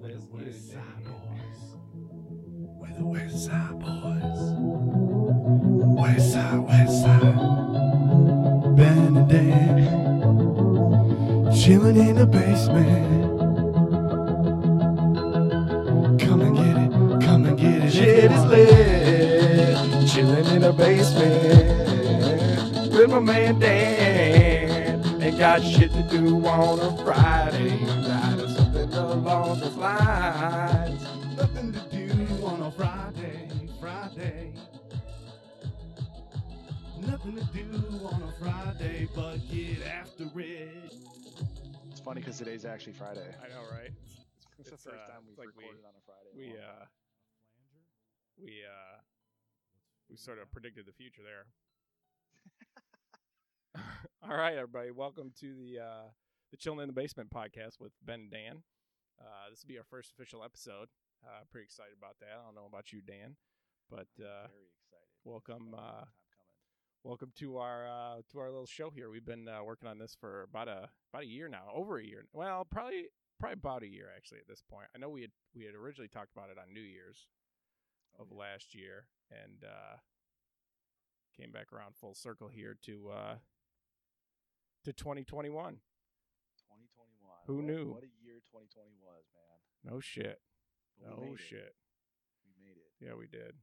West Side Boys. We're the West Side Boys. West Side, West Side. Ben and Dan. Chilling in the basement. Come and get it, come and get it. Shit is lit. Chilling in the basement. With my man Dan. Ain't got shit to do on a Friday night or something along those lines. Nothing to do on a Friday, Friday. Nothing to do on a Friday but get after it. It's funny because today's actually Friday. I know, right? It's the It's, first uh, time we've like we- recorded on a Friday. We uh, we uh, we sort of predicted the future there. All right, everybody, welcome to the uh, the Chilling in the Basement podcast with Ben and Dan. Uh, this will be our first official episode. Uh, pretty excited about that. I don't know about you, Dan, but uh, very excited. welcome, Long uh, time coming. welcome to our uh, to our little show here. We've been uh, working on this for about a about a year now, over a year. Well, probably probably about a year actually at this point. I know we had we had originally talked about it on New Year's Oh, of last year, and uh, came back around full circle here to uh, to 2021. 2021. uh, Who What- knew? What a year 2020 was, man. No shit. But we No made it. Oh, shit. We made it. Yeah, we did.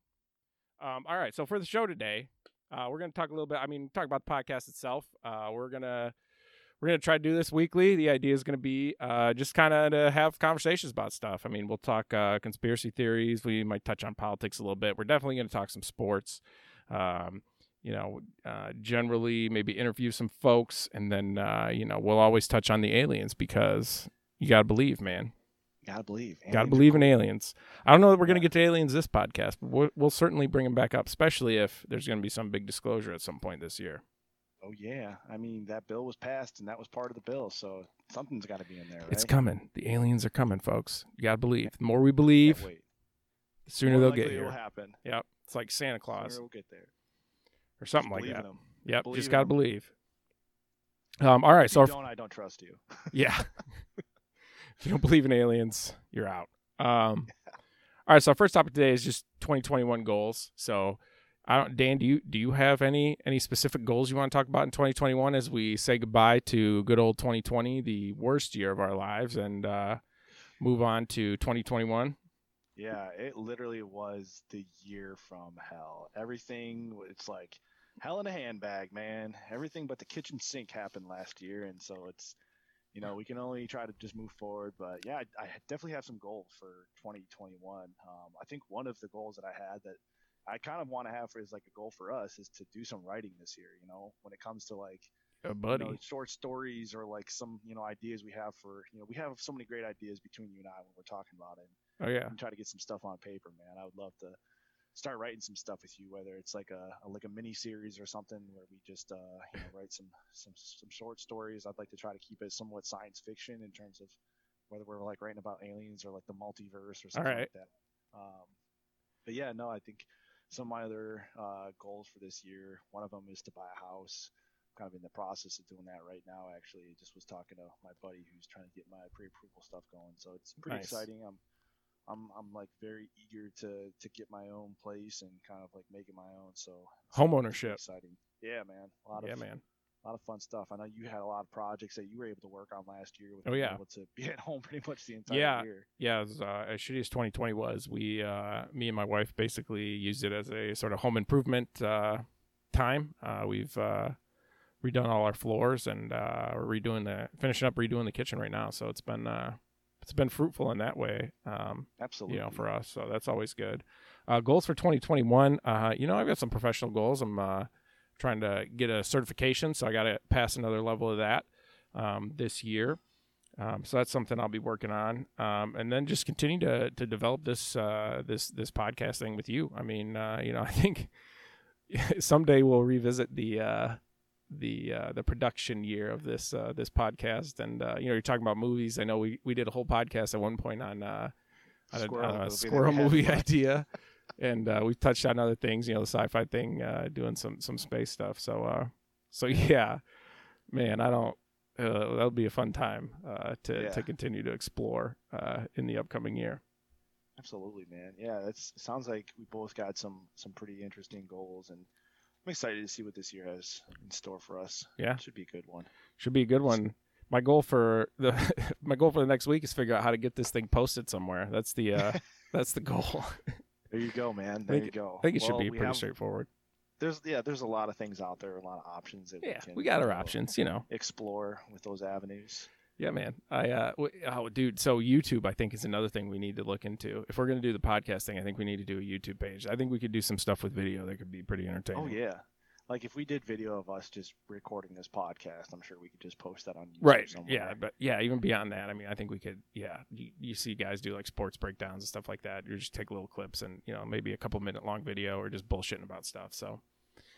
Um, all right. So for the show today, uh, we're going to talk a little bit. I mean, talk about the podcast itself. Uh, we're gonna we're gonna try to do this weekly. The idea is going to be uh, just kind of to have conversations about stuff. I mean, we'll talk uh, conspiracy theories. We might touch on politics a little bit. We're definitely going to talk some sports. Um, you know, uh, generally maybe interview some folks, and then uh, you know we'll always touch on the aliens because you gotta believe, man. Gotta believe. Got to Aliens are believe in cool. aliens. I don't know that we're going to Yeah. get to aliens this podcast, but we'll, we'll certainly bring them back up, especially if there's going to be some big disclosure at some point this year. Oh yeah. I mean, that bill was passed, and that was part of the bill, so something's got to be in there, right? It's coming. The aliens are coming, folks. You got to believe. The more we Can't believe, wait. the sooner More they'll likely get it will here. happen. Yep. It's like Santa Claus Sooner we'll get there. or something Just like believe that. in 'em. Yep. Believe Just in got to 'em. believe. Um, all right. If So, you if- don't, I don't trust you. yeah. if you don't believe in aliens, you're out. Um, all right. So, our first topic today is just 2021 goals. So, I don't, Dan, do you do you have any any specific goals you want to talk about in 2021 as we say goodbye to good old 2020, the worst year of our lives, and uh, move on to 2021? Yeah, it literally was the year from hell. Everything, w- it's like hell in a handbag, man. Everything but the kitchen sink happened last year, and so it's, you know, we can only try to just move forward. But yeah, I, I definitely have some goals for 2021. Um, I think one of the goals that I had that I kind of want to have for is like a goal for us is to do some writing this year. You know, when it comes to like Uh, you buddy, know, short stories or like some you know ideas we have for you know we have so many great ideas between you and I when we're talking about it oh yeah, and try to get some stuff on paper, man. I would love to start writing some stuff with you, whether it's like a, a like a mini series or something where we just uh, you know, write some some some short stories. I'd like to try to keep it somewhat science fiction in terms of whether we're like writing about aliens or like the multiverse or something right. like that. Um, but yeah, no, I think some of my other uh, goals for this year. One of them is to buy a house. I'm kind of in the process of doing that right now. Actually, I just was talking to my buddy who's trying to get my pre-approval stuff going, so it's pretty Nice. exciting. I'm I'm I'm like very eager to to get my own place and kind of like making my own. So it's Home pretty ownership. exciting. Yeah, man. A lot yeah, of man. a lot of fun stuff. I know you had a lot of projects that you were able to work on last year. With Oh, being yeah. able to be at home pretty much the entire Yeah. year. Yeah, it was, uh, as shitty as 2020 was, we, uh, me and my wife, basically used it as a sort of home improvement uh, time. Uh, we've uh, redone all our floors and uh, we're redoing the finishing up redoing the kitchen right now. So it's been uh, it's been fruitful in that way. Um, Absolutely. you know, for us. So that's always good. Uh, goals for 2021. Uh, you know, I've got some professional goals. I'm uh, trying to get a certification, so I got to pass another level of that um, this year. Um, so that's something I'll be working on, um, and then just continue to to develop this uh, this this podcast thing with you. I mean, uh, you know, I think someday we'll revisit the. Uh, the uh, the production year of this uh, this podcast and uh, you know you're talking about movies I know we, we did a whole podcast at one point on uh, on a, Squirrel on a movie that we squirrel had movie in mind. idea, and uh, we've touched on other things. You know, the sci-fi thing, uh, doing some some space stuff. So, uh, so yeah, man, I don't. uh, that'll be a fun time uh, to Yeah. to continue to explore uh, in the upcoming year. Absolutely, man. Yeah, that's it sounds like we both got some some pretty interesting goals, and I'm excited to see what this year has in store for us. Yeah. should be a good one. Should be a good one. My goal for the my goal for the next week is figure out how to get this thing posted somewhere. That's the uh, that's the goal. There you go, man. There think- you go. I think it should Well, be we pretty have- straightforward. There's yeah, there's a lot of things out there, a lot of options that Yeah, we can. we got our you know, options, you know. Explore with those avenues. Yeah, man. I uh, w- oh, dude. So YouTube, I think, is another thing we need to look into. If we're gonna do the podcast thing, I think we need to do a YouTube page. I think we could do some stuff with video that could be pretty entertaining. Oh yeah, like if we did video of us just recording this podcast, I'm sure we could just post that on YouTube Right. somewhere. Yeah. But yeah, even beyond that, I mean, I think we could. Yeah, you, you see guys do like sports breakdowns and stuff like that. You just take little clips and you know maybe a couple minute long video or just bullshitting about stuff. So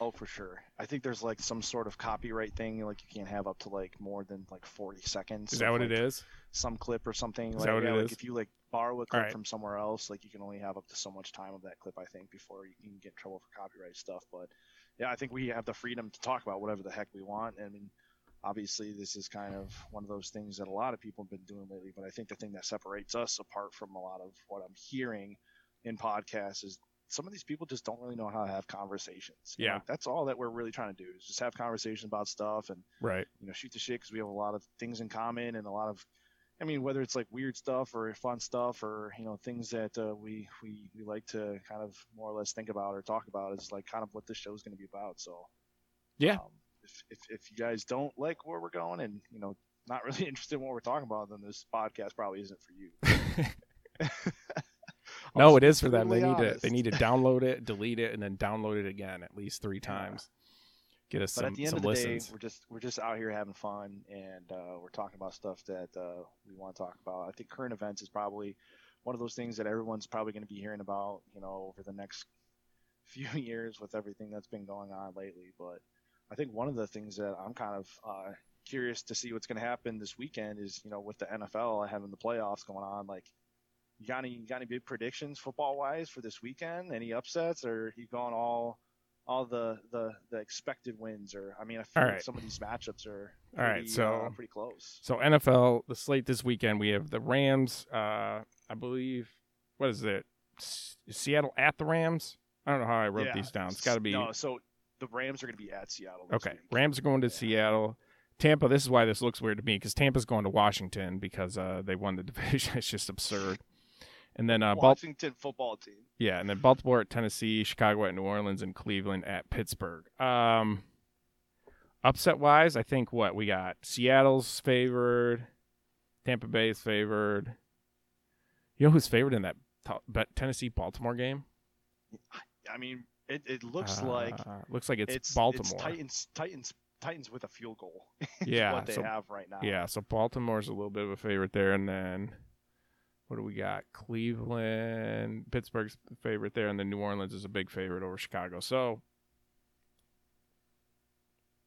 Oh, for sure. I think there's like some sort of copyright thing. Like you can't have up to like more than like 40 seconds. is that of, what like, it is? Some clip or something. Is like, that what yeah, it like is? If you like borrow a clip right. from somewhere else, like you can only have up to so much time of that clip, I think, before you can get in trouble for copyright stuff. But yeah, I think we have the freedom to talk about whatever the heck we want. I mean, obviously, this is kind of one of those things that a lot of people have been doing lately. But I think the thing that separates us apart from a lot of what I'm hearing in podcasts is some of these people just don't really know how to have conversations. You know, Yeah. like, that's all that we're really trying to do is just have conversations about stuff and Right. you know shoot the shit because we have a lot of things in common and a lot of, I mean, whether it's like weird stuff or fun stuff or you know things that uh, we we we like to kind of more or less think about or talk about is like kind of what this show is going to be about. So Yeah. um, if, if if you guys don't like where we're going and you know not really interested in what we're talking about, then this podcast probably isn't for you. I'll no, just it be is for them. They brutally need to they honest. need to download it, delete it, and then download it again at least three Yeah. times. Get us But some at the end some of the listens. day, we're just we're just out here having fun, and uh, we're talking about stuff that uh, we want to talk about. I think current events is probably one of those things that everyone's probably going to be hearing about, you know, over the next few years with everything that's been going on lately. But I think one of the things that I'm kind of uh, curious to see what's going to happen this weekend is, you know, with the NFL having the playoffs going on, like. You got any you got any big predictions football wise for this weekend? Any upsets or you going all all the the the expected wins or I mean I feel All like right. some of these matchups are All right, pretty, uh, so- pretty close. So NFL, the slate this weekend, we have the Rams. Uh, I believe what is it? S- Seattle at the Rams. I don't know how I wrote Yeah. these down. It's got to be No, so the Rams are going to be at Seattle. this okay. week. Rams are going to Yeah. Seattle. Tampa. This is why this looks weird to me because Tampa's going to Washington because uh, they won the division. it's just absurd. And then uh, Bal- Washington football team. yeah, and then Baltimore at Tennessee, Chicago at New Orleans, and Cleveland at Pittsburgh. Um, upset wise, I think what we got: Seattle's favored, Tampa Bay's favored. You know who's favored in that t- but Tennessee Baltimore game? I mean it, it looks like Uh, looks like it's, it's, Baltimore. It's Titans Titans Titans with a field goal. is yeah, what they so, have right now. yeah. So Baltimore's a little bit of a favorite there, and then what do we got? Cleveland, Pittsburgh's favorite there, and then New Orleans is a big favorite over Chicago. So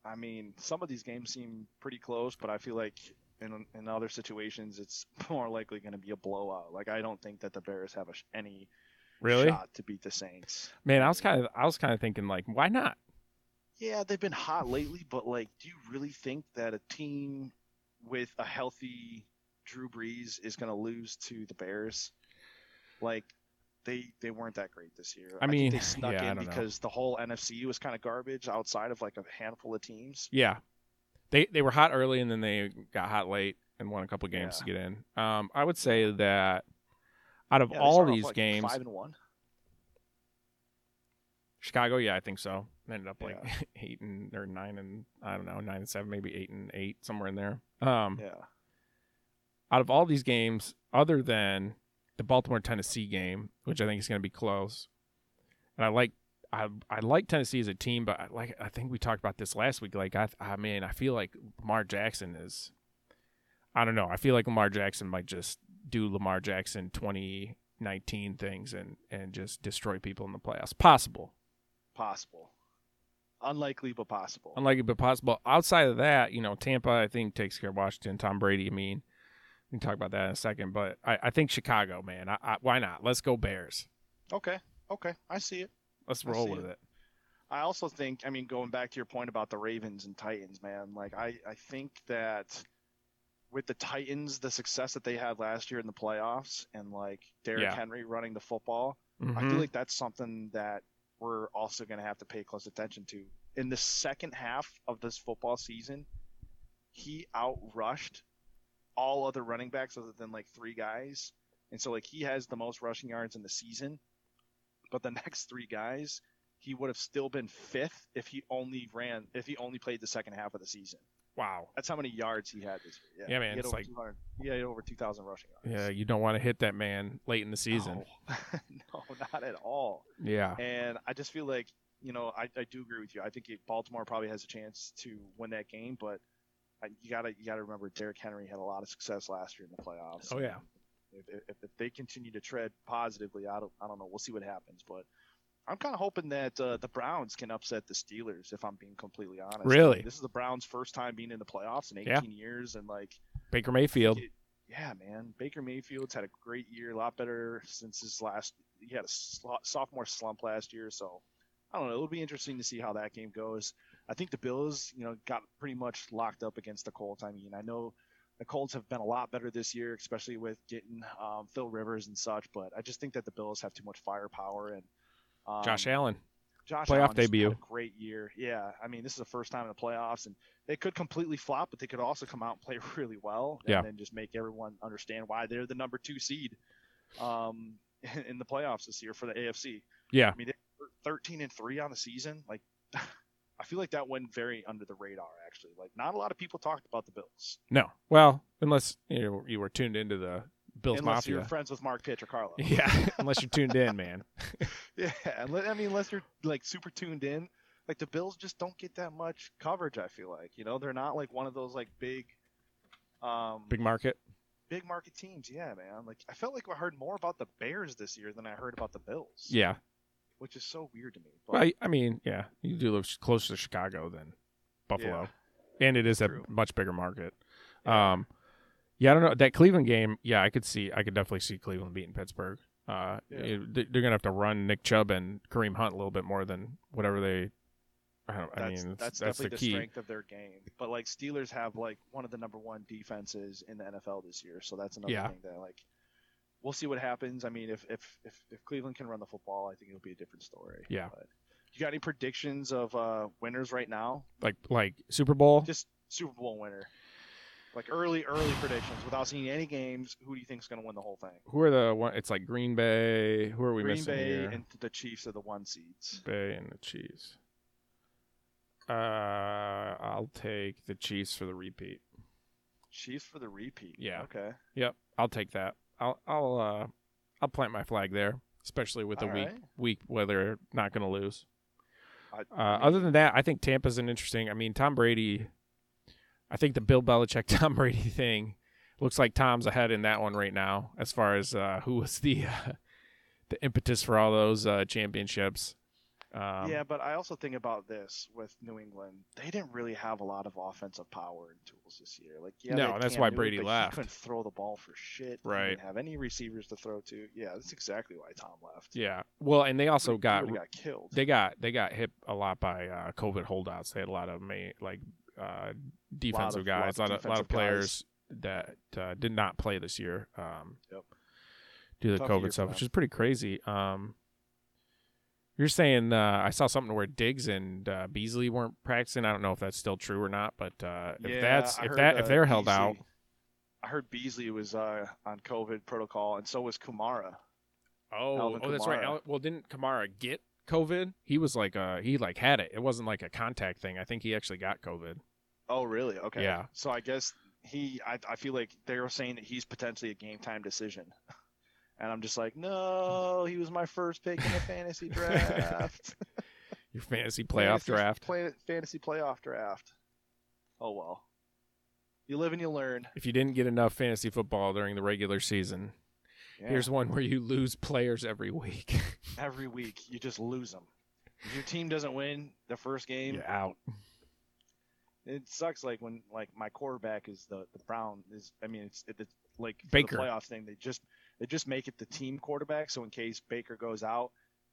I mean, some of these games seem pretty close, but I feel like in in other situations it's more likely going to be a blowout. Like I don't think that the Bears have a, sh- any really. shot to beat the Saints. Man, I was kind of I was kind of thinking like, why not? Yeah, they've been hot lately, but like, do you really think that a team with a healthy Drew Brees is going to lose to the Bears? Like, they they weren't that great this year. I think mean, they snuck yeah, I in don't know. because the whole NFC was kind of garbage outside of like a handful of teams. Yeah, they they were hot early and then they got hot late and won a couple games to get in. Um, I would say that out of Yeah, they all started off, these like, games, five and one. Chicago, yeah, I think so. Ended up like Yeah. eight and or nine and I don't know nine and seven, maybe eight and eight somewhere in there. Um, Yeah, out of all these games, other than the Baltimore Tennessee game, which I think is going to be close, and I like I I like Tennessee as a team, but I like I think we talked about this last week. Like I I mean I feel like Lamar Jackson is, I don't know. I feel like Lamar Jackson might just do Lamar Jackson twenty nineteen things and and just destroy people in the playoffs. Possible, possible, unlikely but possible. unlikely but possible. Outside of that, you know, Tampa I think takes care of Washington. Tom Brady, I mean, we can talk about that in a second, but I, I think Chicago, man. I, I, why not? Let's go Bears. okay, okay, I see it. Let's I roll see with it. it. I also think, I mean, going back to your point about the Ravens and Titans, man, like I, I think that with the Titans, the success that they had last year in the playoffs and like Derrick Yeah. Henry running the football, Mm-hmm. I feel like that's something that we're also going to have to pay close attention to. In the second half of this football season, he outrushed all other running backs other than like three guys. And so, like, he has the most rushing yards in the season. But the next three guys, he would have still been fifth if he only ran, if he only played the second half of the season. Wow. That's how many yards he had this year. Yeah, man, He had it's over like- 200 he had over 2,000 rushing Yeah, yards. you don't want to hit that man late in the season. no, not at all. Yeah. And I just feel like, you know, I, I do agree with you. I think it, Baltimore probably has a chance to win that game, but I, you gotta you gotta remember Derrick Henry had a lot of success last year in the playoffs. Oh, yeah. If, if, if they continue to tread positively, I don't I don't know. We'll see what happens, but I'm kind of hoping that uh, the Browns can upset the Steelers. If I'm being completely honest, Really? this is the Browns' first time being in the playoffs in 18 Yeah. years, and like Baker Mayfield. yeah, man. Baker Mayfield's had a great year, a lot better since his last. He had a slo- sophomore slump last year, so I don't know. It'll be interesting to see how that game goes. I think the Bills, you know, got pretty much locked up against the Colts. I mean, I know the Colts have been a lot better this year, especially with getting um, Phil Rivers and such. But I just think that the Bills have too much firepower and um, Josh Allen. Josh Playoff Allen's debut. had a great year. Yeah, I mean, this is the first time in the playoffs, and they could completely flop, but they could also come out and play really well, and Yeah. then just make everyone understand why they're the number two seed um, in the playoffs this year for the AFC. Yeah. I mean, they're thirteen and three on the season. Like, I feel like that went very under the radar. Actually, like, not a lot of people talked about the Bills No. Well, unless you, know, you were tuned into the Bills unless you're Mafia. friends with Mark Pietrocarlo. yeah. unless you're tuned in, man. Yeah, unle- I mean, unless you're like super tuned in, like the Bills just don't get that much coverage. I feel like you know they're not like one of those like big, um, Big market. big market teams. Yeah, man. Like I felt like I heard more about the Bears this year than I heard about the Bills. Yeah. which is so weird to me. But, Well, I mean, yeah, you do live closer to Chicago than Buffalo, and it is True. a much bigger market. Um, yeah, I don't know that Cleveland game. Yeah, I could see, I could definitely see Cleveland beating Pittsburgh. Uh, Yeah. it- they- they're gonna have to run Nick Chubb and Kareem Hunt a little bit more than whatever they. I don't. I mean, that's, it's- that's that's, definitely the the, key. strength of their game. But like Steelers have like one of the number one defenses in the NFL this year, so that's another Yeah. thing that like we'll see what happens. I mean, if if if, if Cleveland can run the football, I think it'll be a different story. Yeah. But you got any predictions of uh, winners right now? Like, like Super Bowl. Just Super Bowl winner, like early early predictions without seeing any games. Who do you think's going to win the whole thing? who are the one? It's like Green Bay. Who are we Green missing Bay here? and the Chiefs are the one seeds. Bay and the Chiefs. Uh, I'll take the Chiefs for the repeat. Chiefs for the repeat. Yeah. Okay. Yep, I'll take that. I'll I'll uh I'll plant my flag there, especially with the All weak right. weak weather not going to lose. I- Uh, other than that, I think Tampa's an interesting. I mean, Tom Brady. I think the Bill Belichick Tom Brady thing looks like Tom's ahead in that one right now, as far as uh, who was the uh, the impetus for all those uh, championships. Um, yeah, but I also think about this with New England. They didn't really have a lot of offensive power and tools this year. Like, yeah, No, they had and that's Cam why Newton, Brady but left. He couldn't throw the ball for shit. He Right. didn't have any receivers to throw to. Yeah, that's exactly why Tom left. yeah. Well, and they also He got would've got killed. they got they got hit a lot by uh, COVID holdouts. They had a lot of ma- like uh, defensive of- guys, lots a lot of of, lot defensive of guys. players that uh, did not play this year um, Yep. due to the Tough year COVID for stuff, them. which is pretty crazy. Um, you're saying uh, I saw something where Diggs and uh, Beasley weren't practicing. I don't know if that's still true or not, but uh, if Yeah, that's I if heard, that uh, if they're held Beasley- out, I heard Beasley was uh, on COVID protocol, and so was Kumara. oh, Alvin oh, that's right. Kamara. Al- well, didn't Kamara get COVID? He was like uh he like had it. It wasn't like a contact thing. I think he actually got COVID. Oh, really? Okay. Yeah. So I guess he, I, I feel like they were saying that he's potentially a game time decision. And I'm just like, no, he was my first pick in the fantasy draft. Your fantasy playoff Fantasy- draft. play- fantasy playoff draft. Oh well. You live and you learn. If you didn't get enough fantasy football during the regular season, Yeah. here's one where you lose players every week. every week you just lose them. If your team doesn't win the first game, You're out. it sucks. Like when like my quarterback is the the Brown is. I mean, it's it, it's like for Baker. the playoff thing. They just they just make it the team quarterback. So in case Baker goes out,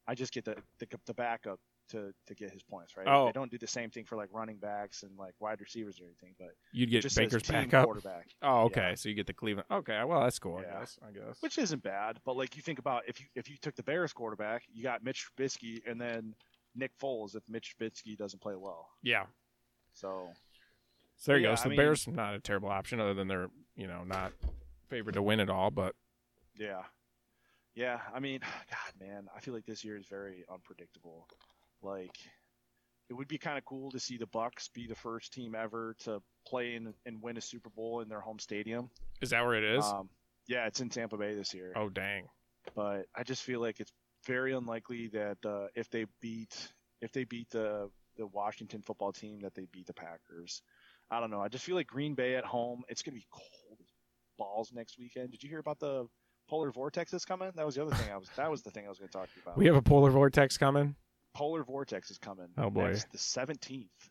I just get the the, the backup. to to get his points, right? Oh. They don't do the same thing for like running backs and like wide receivers or anything, but You'd it get just says Baker's team backup. quarterback, Oh, okay. Yeah. So you get the Cleveland. Okay, well that's cool. I Yeah. guess. I guess. which isn't bad. But like you think about if you if you took the Bears quarterback, you got Mitch Trubisky and then Nick Foles if Mitch Trubisky doesn't play well. yeah. So So there you Yeah, go. So I the mean- Bears not a terrible option, other than they're you know not favored to win at all. But yeah, yeah. I mean, God, man, I feel like this year is very unpredictable. Like it would be kind of cool to see the Bucks be the first team ever to play in, and win a Super Bowl in their home stadium. is that where it is? Um, yeah, it's in Tampa Bay this year. oh dang. but I just feel like it's very unlikely that uh, if they beat if they beat the the Washington football team that they beat the Packers. I don't know. I just feel like Green Bay at home. It's going to be cold as balls next weekend. Did you hear about the polar vortex that's coming? That was the other thing I was that was the thing I was going to talk to you about. We have a polar vortex coming. polar vortex is coming. Oh, boy. next- the seventeenth.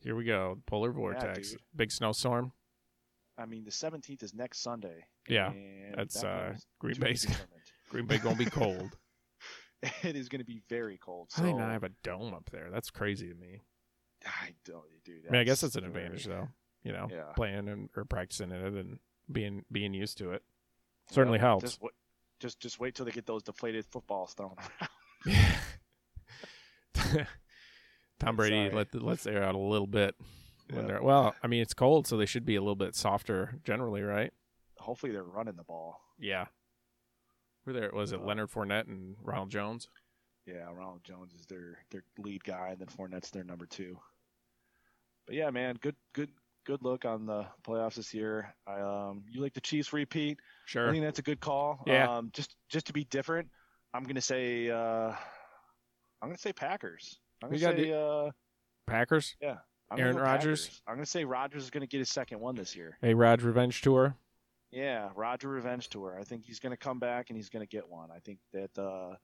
Here we go. Polar vortex. dude. Big snowstorm. I mean, the seventeenth is next Sunday. Yeah. and that's, that uh, is Green to be Bay's- determined. Green Bay gonna be cold. It is going to be very cold. How So do they not have a dome up there? That's crazy to me. I don't, dude. I mean, I guess that's it's an very- advantage though. You know, Yeah. playing and or practicing in it and being being used to it certainly helps. Just, wa- just just wait till they get those deflated footballs thrown around. Tom Brady Sorry. let the, lets air out a little bit when Yeah. they're well. I mean, it's cold, so they should be a little bit softer generally, right? Hopefully they're running the ball. Yeah. Were there? Was it Yeah. Leonard Fournette and Ronald Jones? Yeah, Ronald Jones is their their lead guy, and then Fournette's their number two. But yeah, man, good good good look on the playoffs this year. I, um, you like the Chiefs repeat? I Sure. think that's a good call. Yeah. Um, just just to be different, I'm gonna say uh, I'm gonna say Packers. I'm We gonna gotta say do- uh, Packers. I'm gonna Aaron go Rodgers? Packers. I'm gonna say Rodgers is gonna get his second one this year. Hey, Raj Revenge Tour. Yeah, Roger Revenge Tour. I think he's going to come back and he's going to get one. I think that uh,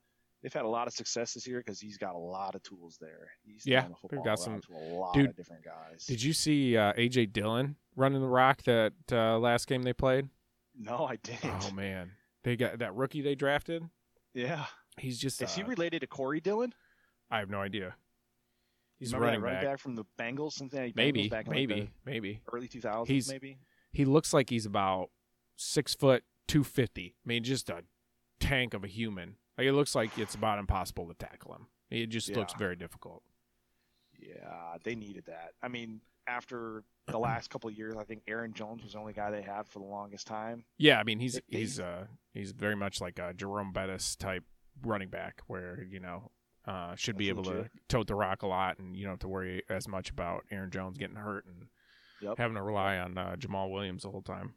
they've had a lot of success this year because he's got a lot of tools there. He's Yeah, throwing the they've football got around to a lot Dude, of different guys. Did you see uh, AJ Dillon running the rock that uh, last game they played? No, I didn't. Oh man, they got that rookie they drafted. yeah, He's just. is he uh, related to Corey Dillon? I have no idea. He's Remember that running back. running back from the Bengals, Cincinnati Bengals Maybe, back in like, maybe, the maybe. early 2000s, He's- maybe. He looks like he's about six foot two fifty. I mean, just a tank of a human. Like it looks like it's about impossible to tackle him. It just looks Yeah. very difficult. Yeah, they needed that. I mean, after the last couple of years, I think Aaron Jones was the only guy they had for the longest time. Yeah, I mean he's It- he's they- uh he's very much like a Jerome Bettis type running back, where you know uh, should be able That's to tote the rock a lot, and you don't have to worry as much about Aaron Jones getting hurt and Yep. having to rely on uh, Jamal Williams the whole time.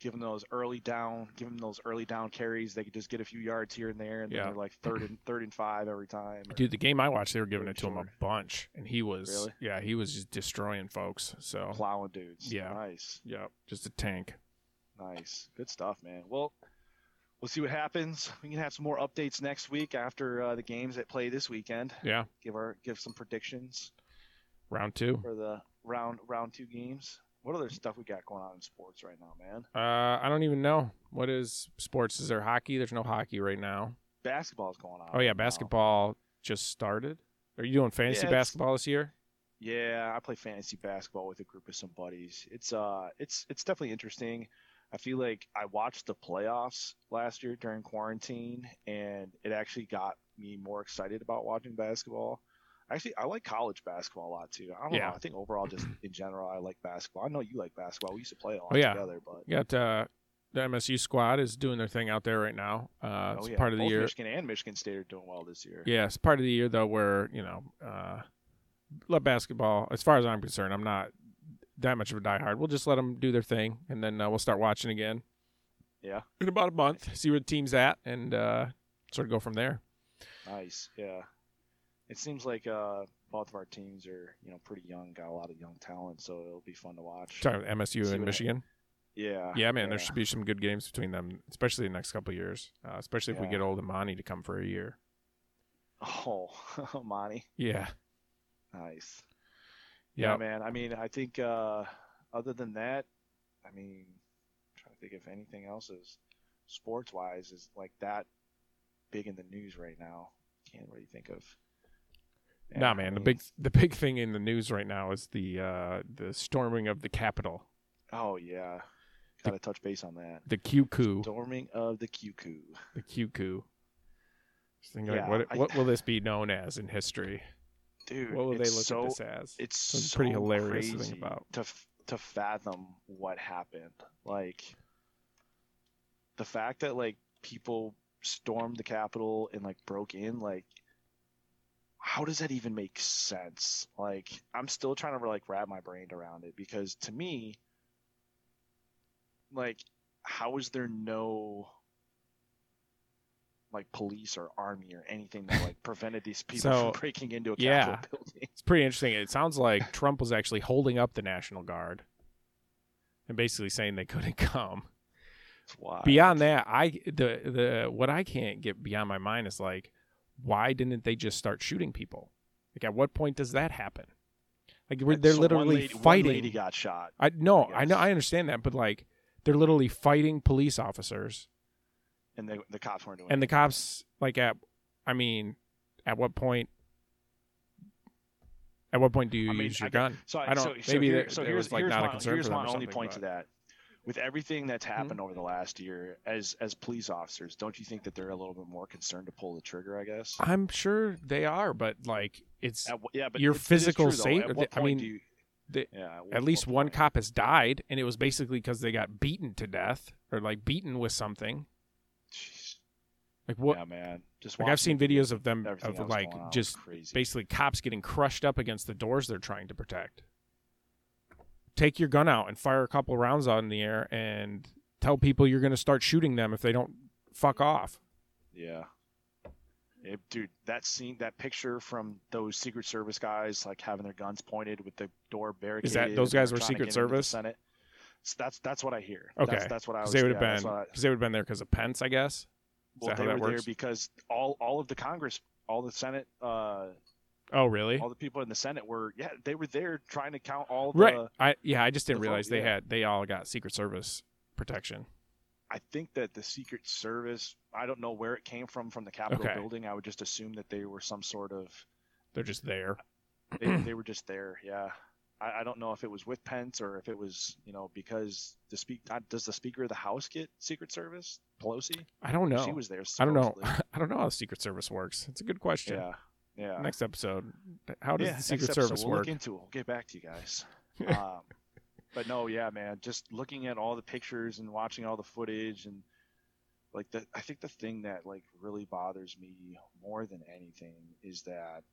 give them those early down, give them those early down carries. They could just get a few yards here and there, and Yeah. then they're like third and third and five every time. or- Dude, the game I watched, they were giving Very it to him a short. bunch, and he was Really? yeah, he was just destroying folks. So plowing dudes. oh. Yeah. nice, yeah, just a tank. nice, good stuff, man. Well, we'll see what happens. We can have some more updates next week after uh, the games that play this weekend. Yeah, Give our give some predictions round two. for the round round two games. What other stuff we got going on in sports right now, man? Uh, I don't even know what is sports. Is there hockey? There's no hockey right now. Basketball's going on. Oh yeah, right now. basketball just started. Are you doing fantasy Yeah, it's- basketball this year? Yeah, I play fantasy basketball with a group of some buddies. It's uh it's it's definitely interesting. I feel like I watched the playoffs last year during quarantine and it actually got me more excited about watching basketball. Actually, I like college basketball a lot too. I don't Yeah. know. I think overall just in general I like basketball. I know you like basketball. We used to play all Oh, yeah. together, but You got uh, the MSU squad is doing their thing out there right now. Uh, it's oh, yeah. part of the Both year. Michigan and Michigan State are doing well this year. Yeah, it's part of the year though where you know, uh, let basketball. As far as I'm concerned, I'm not that much of a diehard. We'll just let them do their thing, and then uh, we'll start watching again. Yeah. in about a month, see where the team's at, and uh, sort of go from there. Nice. Yeah. It seems like uh both of our teams are, you know, pretty young, got a lot of young talent, so it'll be fun to watch. Talking about MSU See and what- Ah, Michigan. Yeah. Yeah, man, there should be some good games between them, especially the next couple of years. Uh, especially if we Yeah. get old Imani to come for a year. Oh, Monty. Yeah, Nice. yeah. Yeah, man. I mean, I think uh, other than that, I mean, I'm trying to think if anything else is sports wise is like that big in the news right now. Can't really think of Yeah, nah, I man. The mean, big the big thing in the news right now is the uh, the storming of the Capitol, Oh yeah, gotta touch base on that. the Q coup, Storming of the QQ. the Q coup. Just think like, Yeah, what I- what will this be known as in history? Dude, What will they it's look so at this as? it's Something so pretty hilarious to crazy think about. to f- to fathom what happened. Like the fact that like people stormed the Capitol and like broke in. Like how does that even make sense? Like I'm still trying to like wrap my brain around it because to me, like how is there no like police or army or anything that like prevented these people So, from breaking into a yeah. Capitol building? It's pretty interesting. It sounds like Trump was actually holding up the National Guard and basically saying they couldn't come. It's wild. Beyond that, I the the what I can't get beyond my mind is like why didn't they just start shooting people? Like at what point does that happen? Like we're, they're So one literally lady- fighting. One lady got shot. I no, I I know guess. I understand that, but like they're literally fighting police officers and the, the cops weren't doing. and it. the cops like at I mean, at what point at what point do you I mean, use your I gun? So I don't- So, so maybe here- there- so there here's, was, like, here's not a my, concern here's for them my or only something, Mm-hmm. point to that. With everything that's happened over the last year, as as police officers, don't you think that they're a little bit more concerned to pull the trigger? I guess. I'm sure they are, but like it's At wh- yeah, but your it's- it is physical true, though. safe- At what I point mean, do you- the- yeah, at what- least what one point? cop has died, and it was basically because they got beaten to death or like beaten with something. Jeez. Like what? Yeah, man. Just like I've watching seen videos of them everything of that was like going on. just Crazy. basically cops getting crushed up against the doors they're trying to protect. Take your gun out and fire a couple rounds out in the air, and tell people you're going to start shooting them if they don't fuck off. Yeah. It, dude, that scene, that picture from those Secret Service guys, like having their guns pointed with the door barricaded. those and guys they're trying were to Secret get into the Service? Senate. So that's that's what I hear. Okay. That's, that's what I was. Because they would have yeah, that's been what I- because they would have been there because of Pence, I guess. well, that they how that were works? there because all all of the Congress, all the Senate, uh, Oh really? all the people in the Senate were yeah, they were there trying to count all the. Right. I yeah, I just the didn't vote, realize they yeah. had they all got Secret Service protection. I think that the Secret Service. I don't know where it came from from the Capitol Okay. building. I would just assume that they were some sort of. They're just there. they, they were just there. Yeah, I, I don't know if it was with Pence or if it was you know because the speak uh, does the Speaker of the House get Secret Service? Pelosi, I don't know. she was there. I don't know. supposedly. I don't know how the Secret Service works. It's a good question. yeah, yeah. Next episode, how does yeah, the next Secret episode, Service we'll work? Look into it. We'll get back to you guys. um, but no, yeah, man. Just looking at all the pictures and watching all the footage and like the, I think the thing that like really bothers me more than anything is that,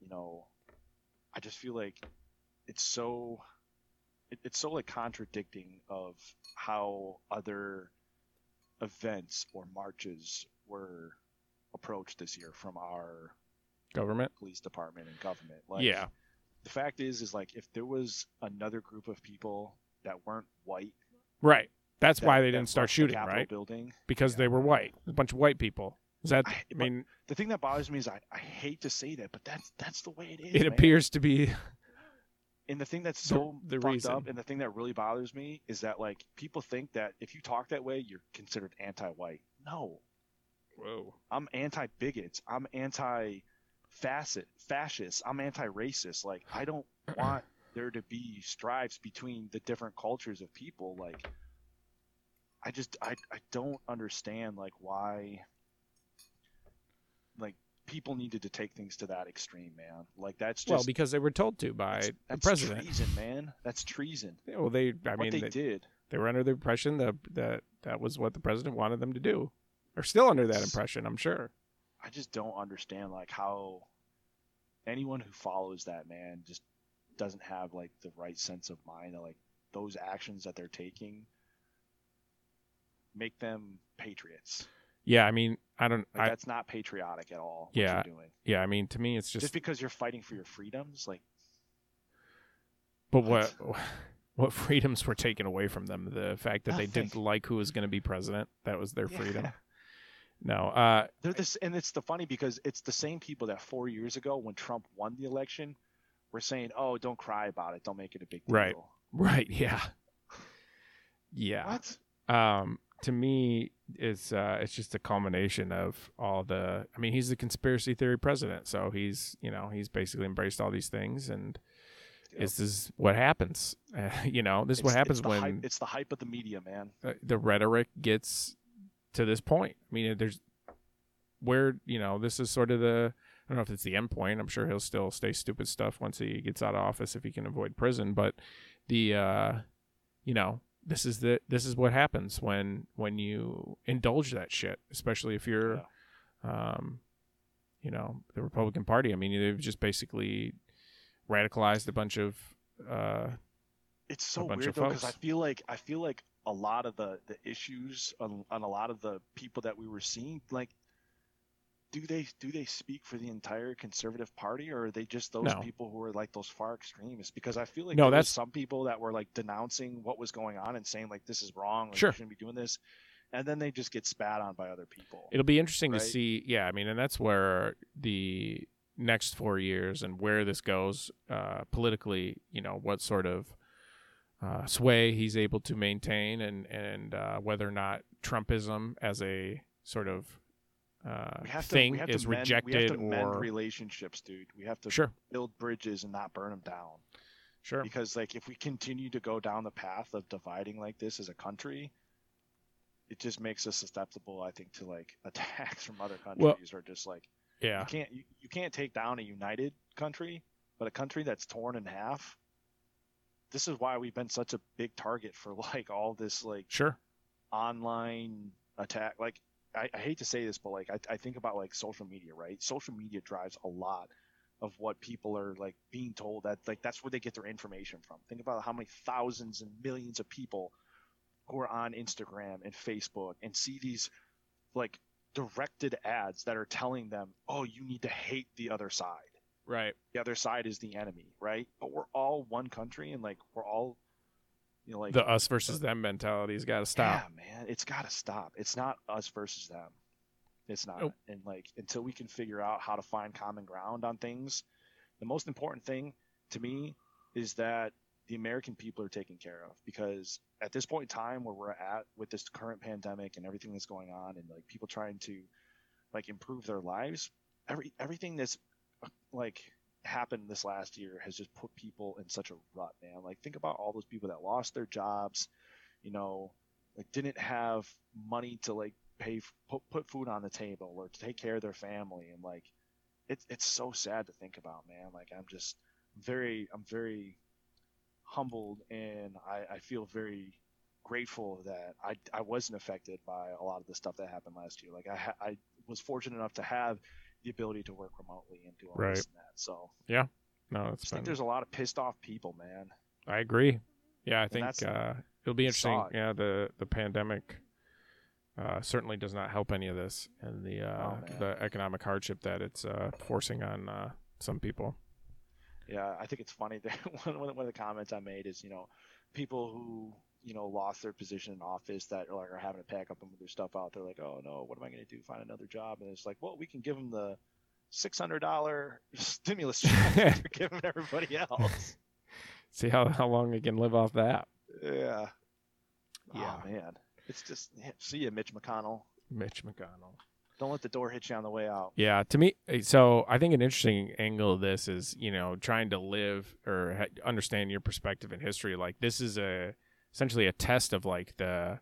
you know, I just feel like it's so, it, it's so like contradicting of how other events or marches were approached this year from our Government. police department and government. Like, yeah. The fact is, is like if there was another group of people that weren't white, Right. That's that- why they that didn't start left the shooting, Capitol right? Building. Because they were white. A bunch of white people. Is that? I- I mean, The thing that bothers me is I, I hate to say that, but that's that's the way it is. it man. appears to be. And the thing that's the- so the fucked reason. up, and the thing that really bothers me is that like people think that if you talk that way, you're considered anti-white. No, Whoa. I'm anti-bigots. I'm anti-facet fascist. I'm anti-racist. Like I don't want there to be strives between the different cultures of people. Like I just I I don't understand like why like people needed to take things to that extreme, man. Like that's just well, because they were told to by that's, the that's president. treason, man. That's treason. Yeah, Well, they. I what mean, they, they, did. they were under the impression that that that was what the president wanted them to do. They're still under that It's- impression, I'm sure. I just don't understand like how anyone who follows that man just doesn't have like the right sense of mind that like those actions that they're taking make them patriots. Yeah, I mean, I don't. Like I, that's not patriotic at all. Yeah, what you're doing yeah, I mean, to me, it's just, just. because you're fighting for your freedoms, like but what what freedoms were taken away from them? The fact that they didn't Nothing. like who was going to be president. That was their Yeah. freedom. No. Uh, They're this, and it's the funny because it's the same people that four years ago when Trump won the election were saying, "Oh, don't cry about it. Don't make it a big deal." Right. right. Yeah. Yeah. What? Um, to me, it's uh, it's just a culmination of all the. I mean, he's the conspiracy theory president, so he's you know he's basically embraced all these things, and Yep. this is what happens. Uh, you know, this is what It's- happens it's the when hype, it's the hype of the media, man. uh, the rhetoric gets to this point. I mean, there's where you know this is sort of the I don't know if it's the end point. I'm sure he'll still stay stupid stuff once he gets out of office if he can avoid prison. But the uh, you know this is the this is what happens when when you indulge that shit, especially if you're Yeah. um, you know, the Republican Party. I mean, they've just basically radicalized a bunch of uh, It's so bunch weird of though because I folks. feel like I feel like a lot of the the issues on, on a lot of the people that we were seeing like. Do they do they speak for the entire conservative party, or are they just those No. people who are like those far extremists? Because I feel like No, there were that's- some people that were like denouncing what was going on and saying like this is wrong, like, Sure. you shouldn't be doing this, and then they just get spat on by other people. It'll be interesting right? to see. Yeah, I mean, and that's where the next four years and where this goes uh, politically. You know, what sort of uh, sway he's able to maintain, and and uh, whether or not Trumpism as a sort of uh, we have to thing we have is to mend, we rejected have to mend or relationships, dude. We have to sure, build bridges and not burn them down. sure. because like if we continue to go down the path of dividing like this as a country it just makes us susceptible i think to like attacks from other Well- countries or just like Yeah, you can't you, you can't take down a united country but a country that's torn in half this is why we've been such a big target for like all this like sure. online attack like I, I hate to say this but like I, I think about like social media right social media drives a lot of what people are like being told that like that's where they get their information from think about how many thousands and millions of people who are on instagram and facebook and see these like directed ads that are telling them oh you need to hate the other side Right. the other side is the enemy right but we're all one country and like we're all you know like the us versus them mentality's got to stop. yeah, man, it's got to stop. It's not us versus them. It's not. Nope. And like until we can figure out how to find common ground on things, the most important thing to me is that the American people are taken care of because at this point in time where we're at with this current pandemic and everything that's going on and like people trying to like improve their lives, every everything that's like happened this last year has just put people in such a rut, man. Like think about all those people that lost their jobs, you know, like didn't have money to like pay f- put, put food on the table or to take care of their family and like it's it's so sad to think about, man. Like I'm just very I'm very humbled and I, I feel very grateful that I, I wasn't affected by a lot of the stuff that happened last year. Like I ha- I was fortunate enough to have the ability to work remotely and do all Right. this and that. So No, I it's just think been- there's a lot of pissed off people, man. I agree. Yeah, I that's- think uh, it'll be interesting. saw it. Yeah, the the pandemic uh, certainly does not help any of this, and the uh, Oh, man. the economic hardship that it's uh, forcing on uh, some people. Yeah, I think it's funny that one, one, one of the comments I made is, you know, people who, you know, lost their position in office that are, like, are having to pack up and move their stuff out. They're like, oh no, what am I going to do? Find another job? And it's like, well, we can give them the six hundred dollar stimulus check they're giving everybody else. See how how long they can live off that. Yeah. Yeah. Oh, man, it's just yeah, see you, Mitch McConnell. Mitch McConnell. Don't let the door hit you on the way out. Yeah, to me, eh, so I think an interesting angle of this is you know trying to live or ha- understand your perspective in history. Like this is a essentially a test of like the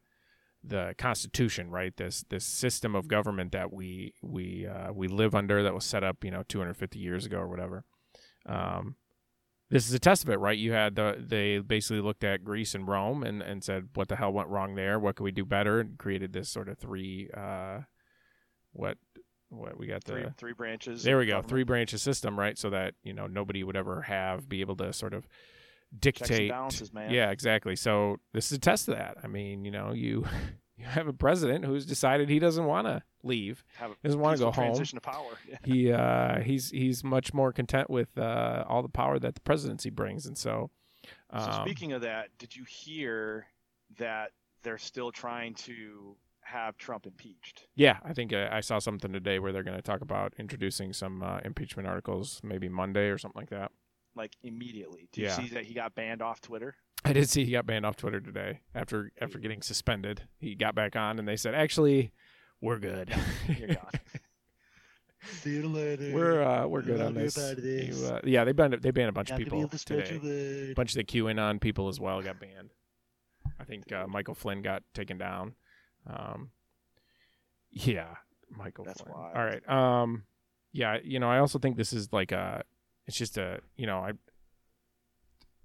the Constitution, right? This this system of government that we we uh, we live under that was set up you know 250 years ago or whatever. Um, this is a test of it, right? You had the they basically looked at Greece and Rome and and said what the hell went wrong there? What could we do better? And created this sort of three uh, what what we got the Three three branches. there of we go. government, Three branches system, right? So that, you know, nobody would ever have be able to sort of checks dictate. and balances, man. Yeah, exactly. So this is a test of that. I mean, you know, you you have a president who's decided he doesn't want to leave. Have a He doesn't want to peaceful go home. Transition to power. Yeah. He uh he's he's much more content with uh all the power that the presidency brings and so So um, speaking of that, did you hear that they're still trying to have Trump impeached? Yeah, I think uh, I saw something today where they're going to talk about introducing some uh, impeachment articles maybe Monday or something like that. Like immediately. Do you Yeah. see that he got banned off Twitter? I did see he got banned off Twitter today after after getting suspended. He got back on and they said, actually, we're good. You're gone. See you later. we're uh, we're good Love on you, this. buddies. You, uh, yeah, they banned they banned a bunch Got of to be people the today. special bird. A bunch of the QAnon people as well got banned. I think uh, Michael Flynn got taken down. Um, yeah, Michael That's Flynn. wild. All right. Um, yeah, you know, I also think this is like a. It's just a you know I.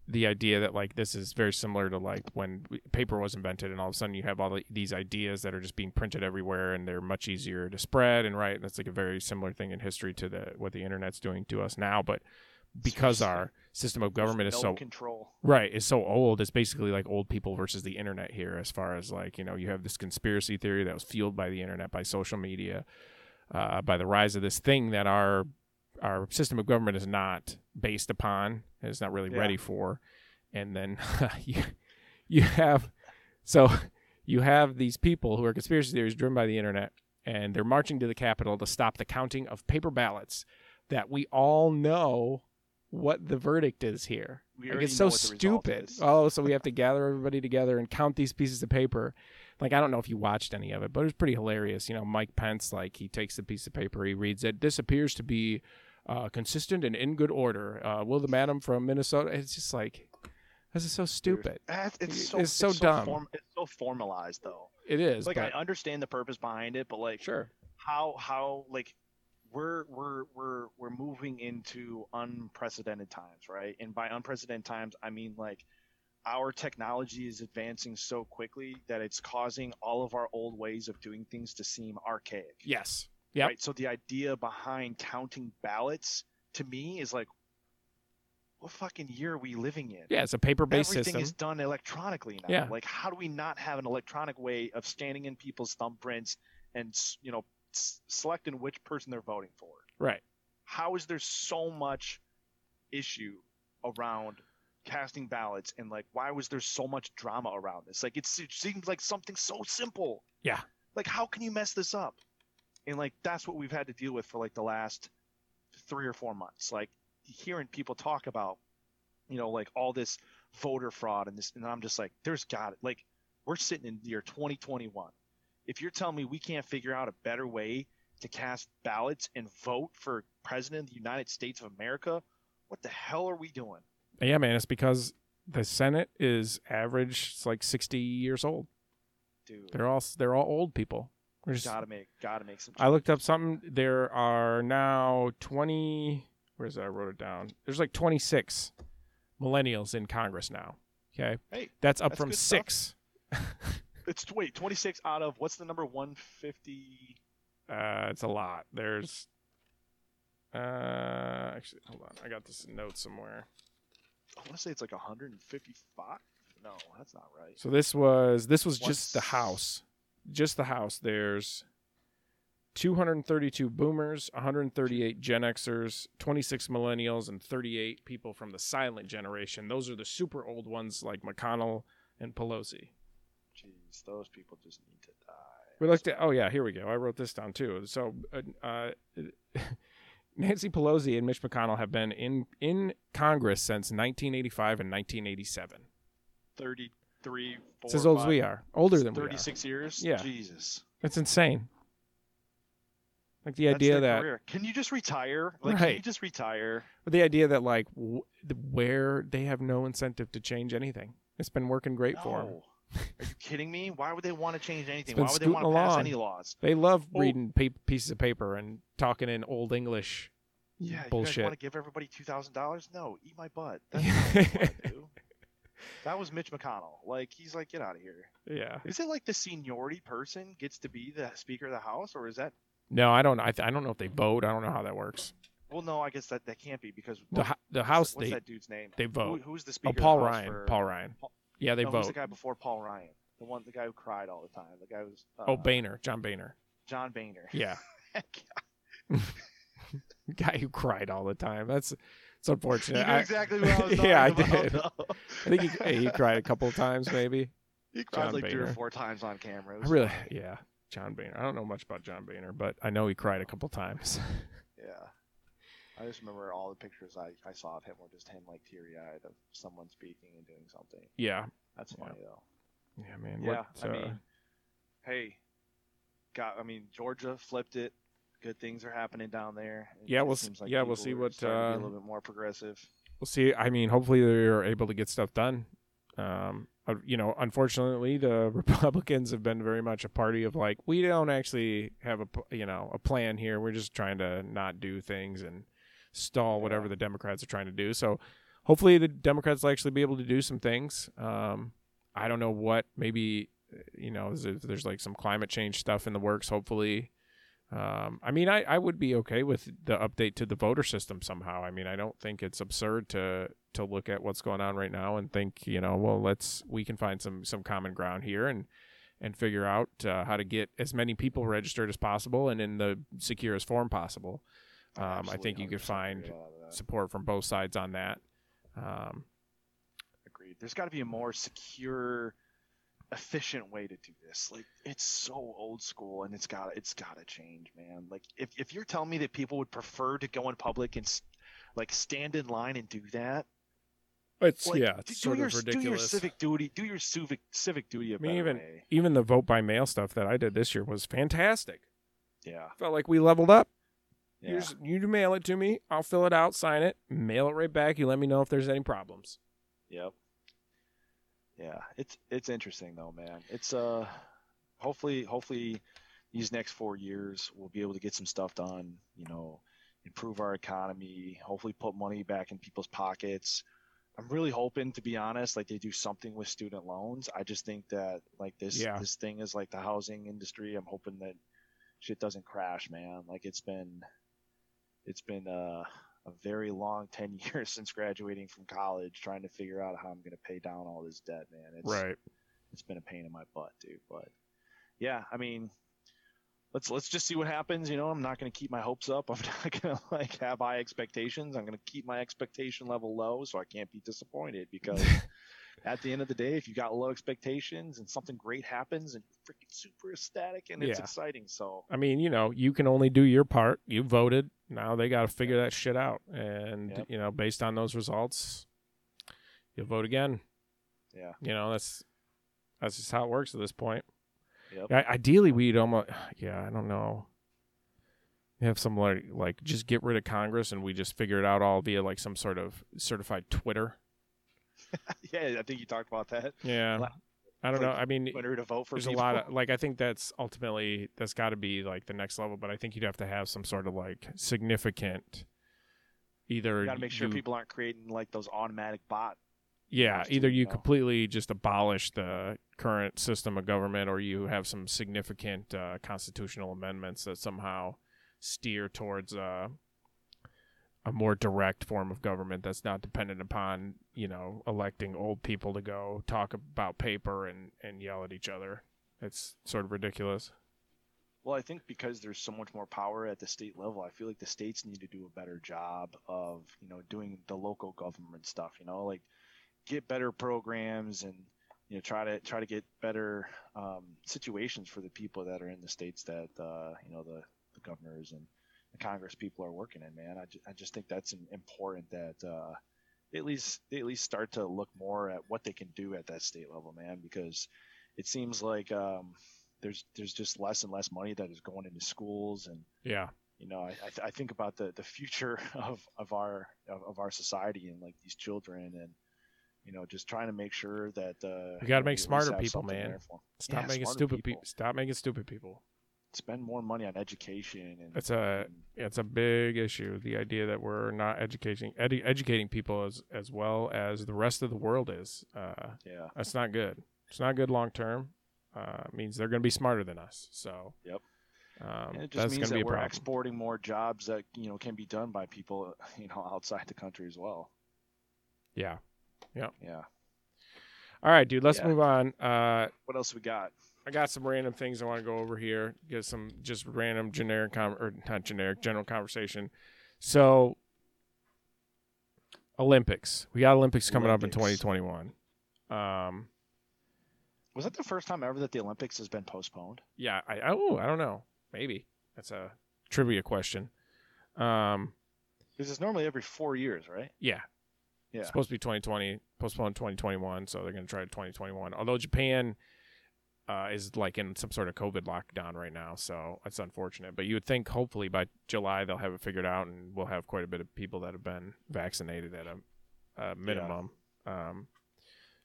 The idea that like this is very similar to like when w- paper was invented, and all of a sudden you have all the, these ideas that are just being printed everywhere, and they're much easier to spread and right. That's like a very similar thing in history to the what the internet's doing to us now, but because our system of There's government is no so control. Right. It's so old. It's basically like old people versus the internet here, as far as like, you know, you have this conspiracy theory that was fueled by the internet, by social media, uh, by the rise of this thing that our our system of government is not based upon and it's not really Yeah. ready for. And then you, you have so you have these people who are conspiracy theories driven by the internet and they're marching to the Capitol to stop the counting of paper ballots that we all know what the verdict is here. We Like, already it's know so what the result stupid. is. Oh, so we have to gather everybody together and count these pieces of paper. Like I don't know if you watched any of it, but it was pretty hilarious. You know, Mike Pence, like he takes the piece of paper, he reads it. This appears to be uh, consistent and in good order. Uh, will the madam from Minnesota? It's just like this is so stupid. That's- It- It's so, it's so dumb. form- it's so formalized though. It is. Like but, I understand the purpose behind it, but like sure. how how like we're we're we're we're moving into unprecedented times, right? And by unprecedented times, I mean like our technology is advancing so quickly that it's causing all of our old ways of doing things to seem archaic. Yes. Yep. Right. So the idea behind counting ballots to me is like, what fucking year are we living in? Yeah, it's a paper-based Everything system. is done electronically now. Yeah. Like, how do we not have an electronic way of scanning in people's thumbprints and s- you know s- selecting which person they're voting for? right. How is there so much issue around casting ballots and like why was there so much drama around this? Like, it's, it seems like something so simple. Yeah. Like, how can you mess this up? And like that's what we've had to deal with for like the last three or four months. Like hearing people talk about, you know, like all this voter fraud and this, and I'm just like, there's got it. Like we're sitting in the year 2021. If you're telling me we can't figure out a better way to cast ballots and vote for president of the United States of America, what the hell are we doing? Yeah, man, it's because the Senate is average. It's like sixty years old. Dude, They're all they're all old people. We're just- gotta make, gotta make some. I looked up something. There are now twenty. Where's that? I wrote it down. There's like twenty six millennials in Congress now. Okay, Hey, that's up that's from good stuff. six. it's wait 26 out of what's the number 150? Uh, it's a lot. There's. Uh, actually, hold on. I got this note somewhere. I want to say it's like 155. No, that's not right. So this was this was just What's- the house, just the house. There's 232 boomers, 138 Gen Xers, 26 millennials, and 38 people from the silent generation. Those are the super old ones like McConnell and Pelosi. Jeez, those people just need to die. We looked at. Oh yeah, here we go. I wrote this down too. So, uh, uh, Nancy Pelosi and Mitch McConnell have been in in Congress since 1985 and 1987. 33, four, It's as old as five, we are. Older than we are. 36 years. Yeah. Jesus. That's insane. Like the That's idea their that career. Can you just retire? Like, Can you Right. just retire? the idea that like w- the- where they have no incentive to change anything. It's been working great for 'em. for them. No. Are you kidding me? Why would they want to change anything? been Why would they want to scooting pass along. any laws? They love Oh. reading pa- pieces of paper and talking in old English. Yeah, you guys bullshit. want to give everybody two thousand dollars? No, eat my butt. That's not what you wanna do. That was Mitch McConnell. Like he's like, get out of here. Yeah. Is it like the seniority person gets to be the Speaker of the House, or is that? No, I don't. I, th- I don't know if they vote. I don't know how that works. Well, no, I guess that that can't be because The what's ho- the that- House What's they that dude's name? they Who, vote. who's the Oh, Speaker? Paul of the House Ryan. for- Paul Ryan. Paul- Yeah, they no, Who's vote. the guy before Paul Ryan? The one, the guy who cried all the time. The guy who's uh, Oh, Boehner, John Boehner. John Boehner. Yeah, guy who cried all the time. That's it's unfortunate. you knew I, exactly what I was talking Yeah, I about, did. though. I think he, he cried a couple of times, maybe. He cried John like three Boehner. or four times on camera. It I was- really, yeah, John Boehner. I don't know much about John Boehner, but I know he cried a couple times. yeah. I just remember all the pictures I, I saw of him were just him like teary eyed of someone speaking and doing something. Yeah. That's Yeah. funny though. Yeah, man. Yeah, What, I uh, mean, hey, got I mean Georgia flipped it. Good things are happening down there. It Yeah, just we'll s- seems like yeah, we'll people see are what, starting to be a uh, little bit more progressive. we'll see. I mean, hopefully they're able to get stuff done. Um, uh, you know, unfortunately, the Republicans have been very much a party of like, we don't actually have a p- you know a plan here. We're just trying to not do things and stall whatever Yeah. the Democrats are trying to do. So, hopefully, the Democrats will actually be able to do some things. Um, I don't know what. Maybe uh, you know, is if there's like some climate change stuff in the works. Hopefully, um, I mean, I, I would be okay with the update to the voter system somehow. I mean, I don't think it's absurd to to look at what's going on right now and think, you know, well, let's we can find some some common ground here and and figure out uh, how to get as many people registered as possible and in the securest form possible. Um, I Absolutely think you could 100% find agree with all of that. support from both sides on that. Um, Agreed. There's got to be a more secure, efficient way to do this. Like it's so old school, and it's got it's got to change, man. Like if if you're telling me that people would prefer to go in public and s- like stand in line and do that, it's like, d- do your, Do your civic duty. Do your civic civic duty. A mean, better even- way. Even the vote by mail stuff that I did this year was fantastic. yeah, Felt like we leveled up. You, yeah. just, you mail it to me. I'll fill it out, sign it, mail it right back. You let me know if there's any problems. Yep. Yeah, it's it's interesting though, man. It's uh, hopefully hopefully these next four years we'll be able to get some stuff done. You know, improve our economy. Hopefully, put money back in people's pockets. I'm really hoping, to be honest, like they do something with student loans. I just think that like this Yeah. this thing is like the housing industry. I'm hoping that shit doesn't crash, man. Like it's been it's been uh a very long 10 years since graduating from college trying to figure out how I'm going to pay down all this debt, man. It's, It's been a pain in my butt, dude. But yeah, I mean, let's let's just see what happens. You know, I'm not going to keep my hopes up. I'm not going to like have high expectations. I'm going to keep my expectation level low so I can't be disappointed because at the end of the day, if you got low expectations and something great happens and you're freaking super ecstatic and it's Yeah. exciting. So I mean, you know, you can only do your part. You voted. Now they got to figure that shit out. And, Yep. you know, based on those results, you'll vote again. yeah, You know, that's that's just how it works at this point. Yep. Yeah, ideally, we'd almost, yeah, I don't know. Have some like, like just get rid of Congress and we just figure it out all via like some sort of certified Twitter. yeah, I think you talked about that. Yeah. Well, I don't know. like, I mean, Twitter to vote for there's people. a lot of like i think that's ultimately that's got to be like the next level but i think you'd have to have some sort of like significant either You got to make sure you- people aren't creating like those automatic bot. yeah those either too, you though. completely just abolish the current system of government or you have some significant uh, constitutional amendments that somehow steer towards uh, a more direct form of government that's not dependent upon you know electing old people to go talk about paper and and yell at each other it's sort of ridiculous Well, I think because there's so much more power at the state level, I feel like the states need to do a better job of, you know, doing the local government stuff, you know, like get better programs and you know try to try to get better um, situations for the people that are in the states that uh, you know the, the governors and the congress people are working in man I, ju- I just think that's im- important that uh, they at least they at least start to look more at what they can do at that state level man because it seems like um, there's there's just less and less money that is going into schools and yeah you know, I, I, th- I think about the, the future of, of our of, of our society and like these children and you know just trying to make sure that uh, you We gotta know, make at least smarter have people, something man. there for 'em. Stop Yeah, making smarter stupid people. people. Stop making stupid people. Spend more money on education and That's a and- it's a big issue. The idea that we're not educating edu- educating people as as well as the rest of the world is. Uh, yeah that's not good. It's not good long term. Uh, it means they're going to be smarter than us. So Yep. Um, and it just that's going means to be that a we're problem. exporting more jobs that you know can be done by people you know outside the country as well yeah. yeah All right, dude. Let's Yeah. move on. Uh, what else we got I got some random things I want to go over here. Get some just random generic com- or not generic, general conversation. So Olympics. We got Olympics coming up in Olympics. 2021. Um was that the first time ever that the Olympics has been postponed yeah, I I- oh, I don't know. Maybe. That's a trivia question. Um Because it's normally every four years, right? Yeah. Yeah. It's supposed to be 2020, postponed 2021, so they're going to try 2021. Although Japan uh, is like in some sort of COVID lockdown right now, so that's unfortunate. But you would think hopefully by July they'll have it figured out and we'll have quite a bit of people that have been vaccinated at a, a minimum. Um,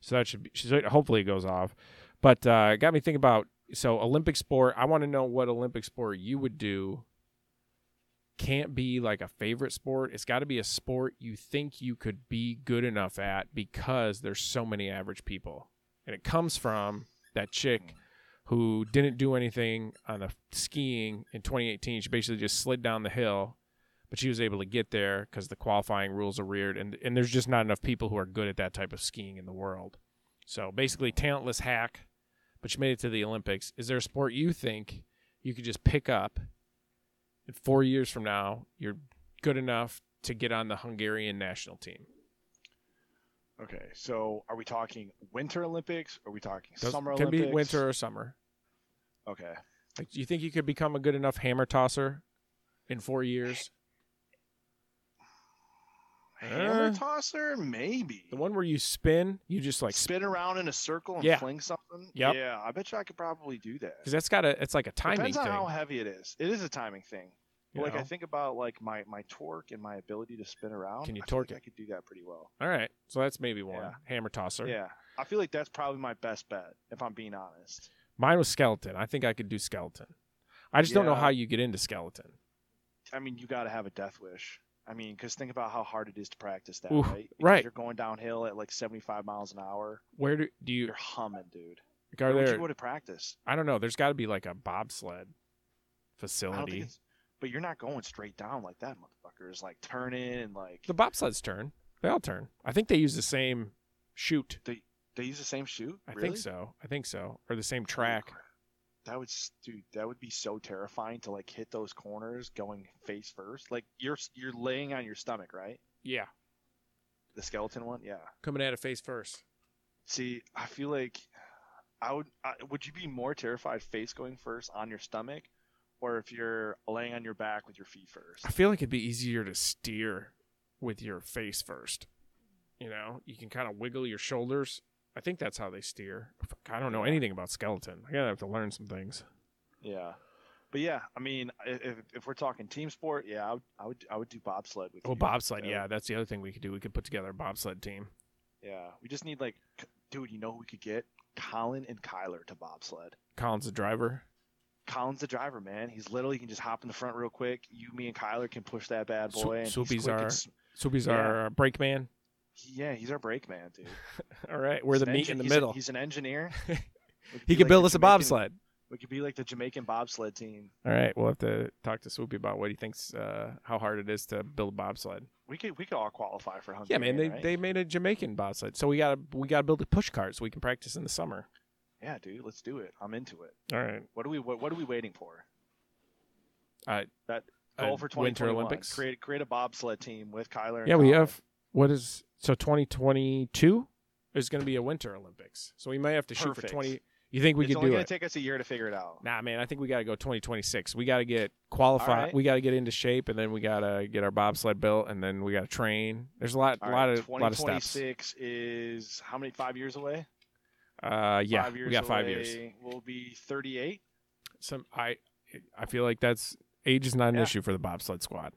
so that should be, should, hopefully it goes off. But uh, it got me thinking about so Olympic sport. I want to know what Olympic sport you would do can't be like a favorite sport. It's got to be a sport you think you could be good enough at because there's so many average people. And it comes from that chick who didn't do anything on the skiing in 2018. She basically just slid down the hill, but she was able to get there because the qualifying rules are weird. And, and there's just not enough people who are good at that type of skiing in the world. So basically, talentless hack, but she made it to the Olympics. Is there a sport you think you could just pick up in four years from now, you're good enough to get on the Hungarian national team. Okay, so are we talking Winter Olympics? Are we talking Does- Summer can Olympics? be winter or summer. Okay. Like, do you think you could become a good enough hammer tosser in four years? Hammer Uh, tosser, maybe. The one where you spin, you just like like spin around in a circle and Yeah. fling something. Yep. Yeah, I bet you I could probably do that. because that's got a it's like a timing Depends on thing. how heavy it is. It is a timing thing. you like I know? think about like my my torque and my ability to spin around. Can you I feel torque like it? I could do that pretty well. All right, so that's maybe one Yeah. hammer tosser. Yeah, I feel like that's probably my best bet if I'm being honest. Mine was skeleton. I think I could do skeleton. I just don't know Yeah. how you get into skeleton. I mean, you got to have a death wish. I mean, because think about how hard it is to practice that, Oof, right? Because right. You're going downhill at like 75 miles an hour. Where do do you You're humming, dude. are Where would there? you go to practice? I don't know. There's got to be like a I bobsled don't think facility. it's, but you're not going straight down like that, motherfucker. It's like turning and like The bobsleds turn. They all turn. I think they use the same chute. they use the same shoe. I really? think so. I think so. Or the same Holy track. crap. That would, s- dude. That would be so terrifying to like hit those corners going face first. Like you're you're laying on your stomach, right? Yeah. The skeleton one, yeah. Coming at it face first. See, I feel like I would. I, would you be more terrified face going first on your stomach, or if you're laying on your back with your feet first? I feel like it'd be easier to steer with your face first. You know, you can kind of wiggle your shoulders. I think that's how they steer. Fuck, I don't know anything about skeleton. I gotta have to learn some things. Yeah, but yeah, I mean, i- if if we're talking team sport, yeah, I would I would, I would do bobsled with Oh, you. bobsled. That Yeah, would- that's the other thing we could do. We could put together a bobsled team. yeah. We just need like, c- dude, you know who we could get? Colin and Kyler to bobsled. Colin's the driver. Colin's the driver, man. He's little. He can just hop in the front real quick. You, me, and Kyler can push that bad Swoop- boy. and he's Swoopy's quick and our- s- Soupy's our uh, brake man. he- yeah, he's our brake man, dude. All right, we're He's the an meat engi- in the he's a- middle. he's an engineer. We He be could like build the us a Jamaican- bobsled. We could be like the Jamaican bobsled team. All right, we'll have to talk to Swoopy about what he thinks, uh, how hard it is to build a bobsled. We could we could all qualify for Hungary. Yeah, man, they, right? they made a Jamaican bobsled, so we gotta we gotta build a push cart so we can practice in the summer. yeah, dude, let's do it. I'm into it. All right, What are we what, what are we waiting for? Uh, that uh, goal for Winter 2021. Olympics. Create create a bobsled team with Kyler. and yeah, we Colin. have what is so 2022 is going to be a Winter Olympics, so we might have to shoot for Perfect. 20. You think we it's could only do gonna it? take us a year to figure it out. nah, man, I think we gotta go 2026. We gotta get qualified. All right. We gotta get into shape, and then we gotta get our bobsled built, and then we gotta train. There's a lot, All a right, lot of, lot of steps. 2026 is how many? Five years away. Uh, yeah, five years we got five away, years. We'll be 38. some I I feel like that's age is not an Yeah. issue for the bobsled squad,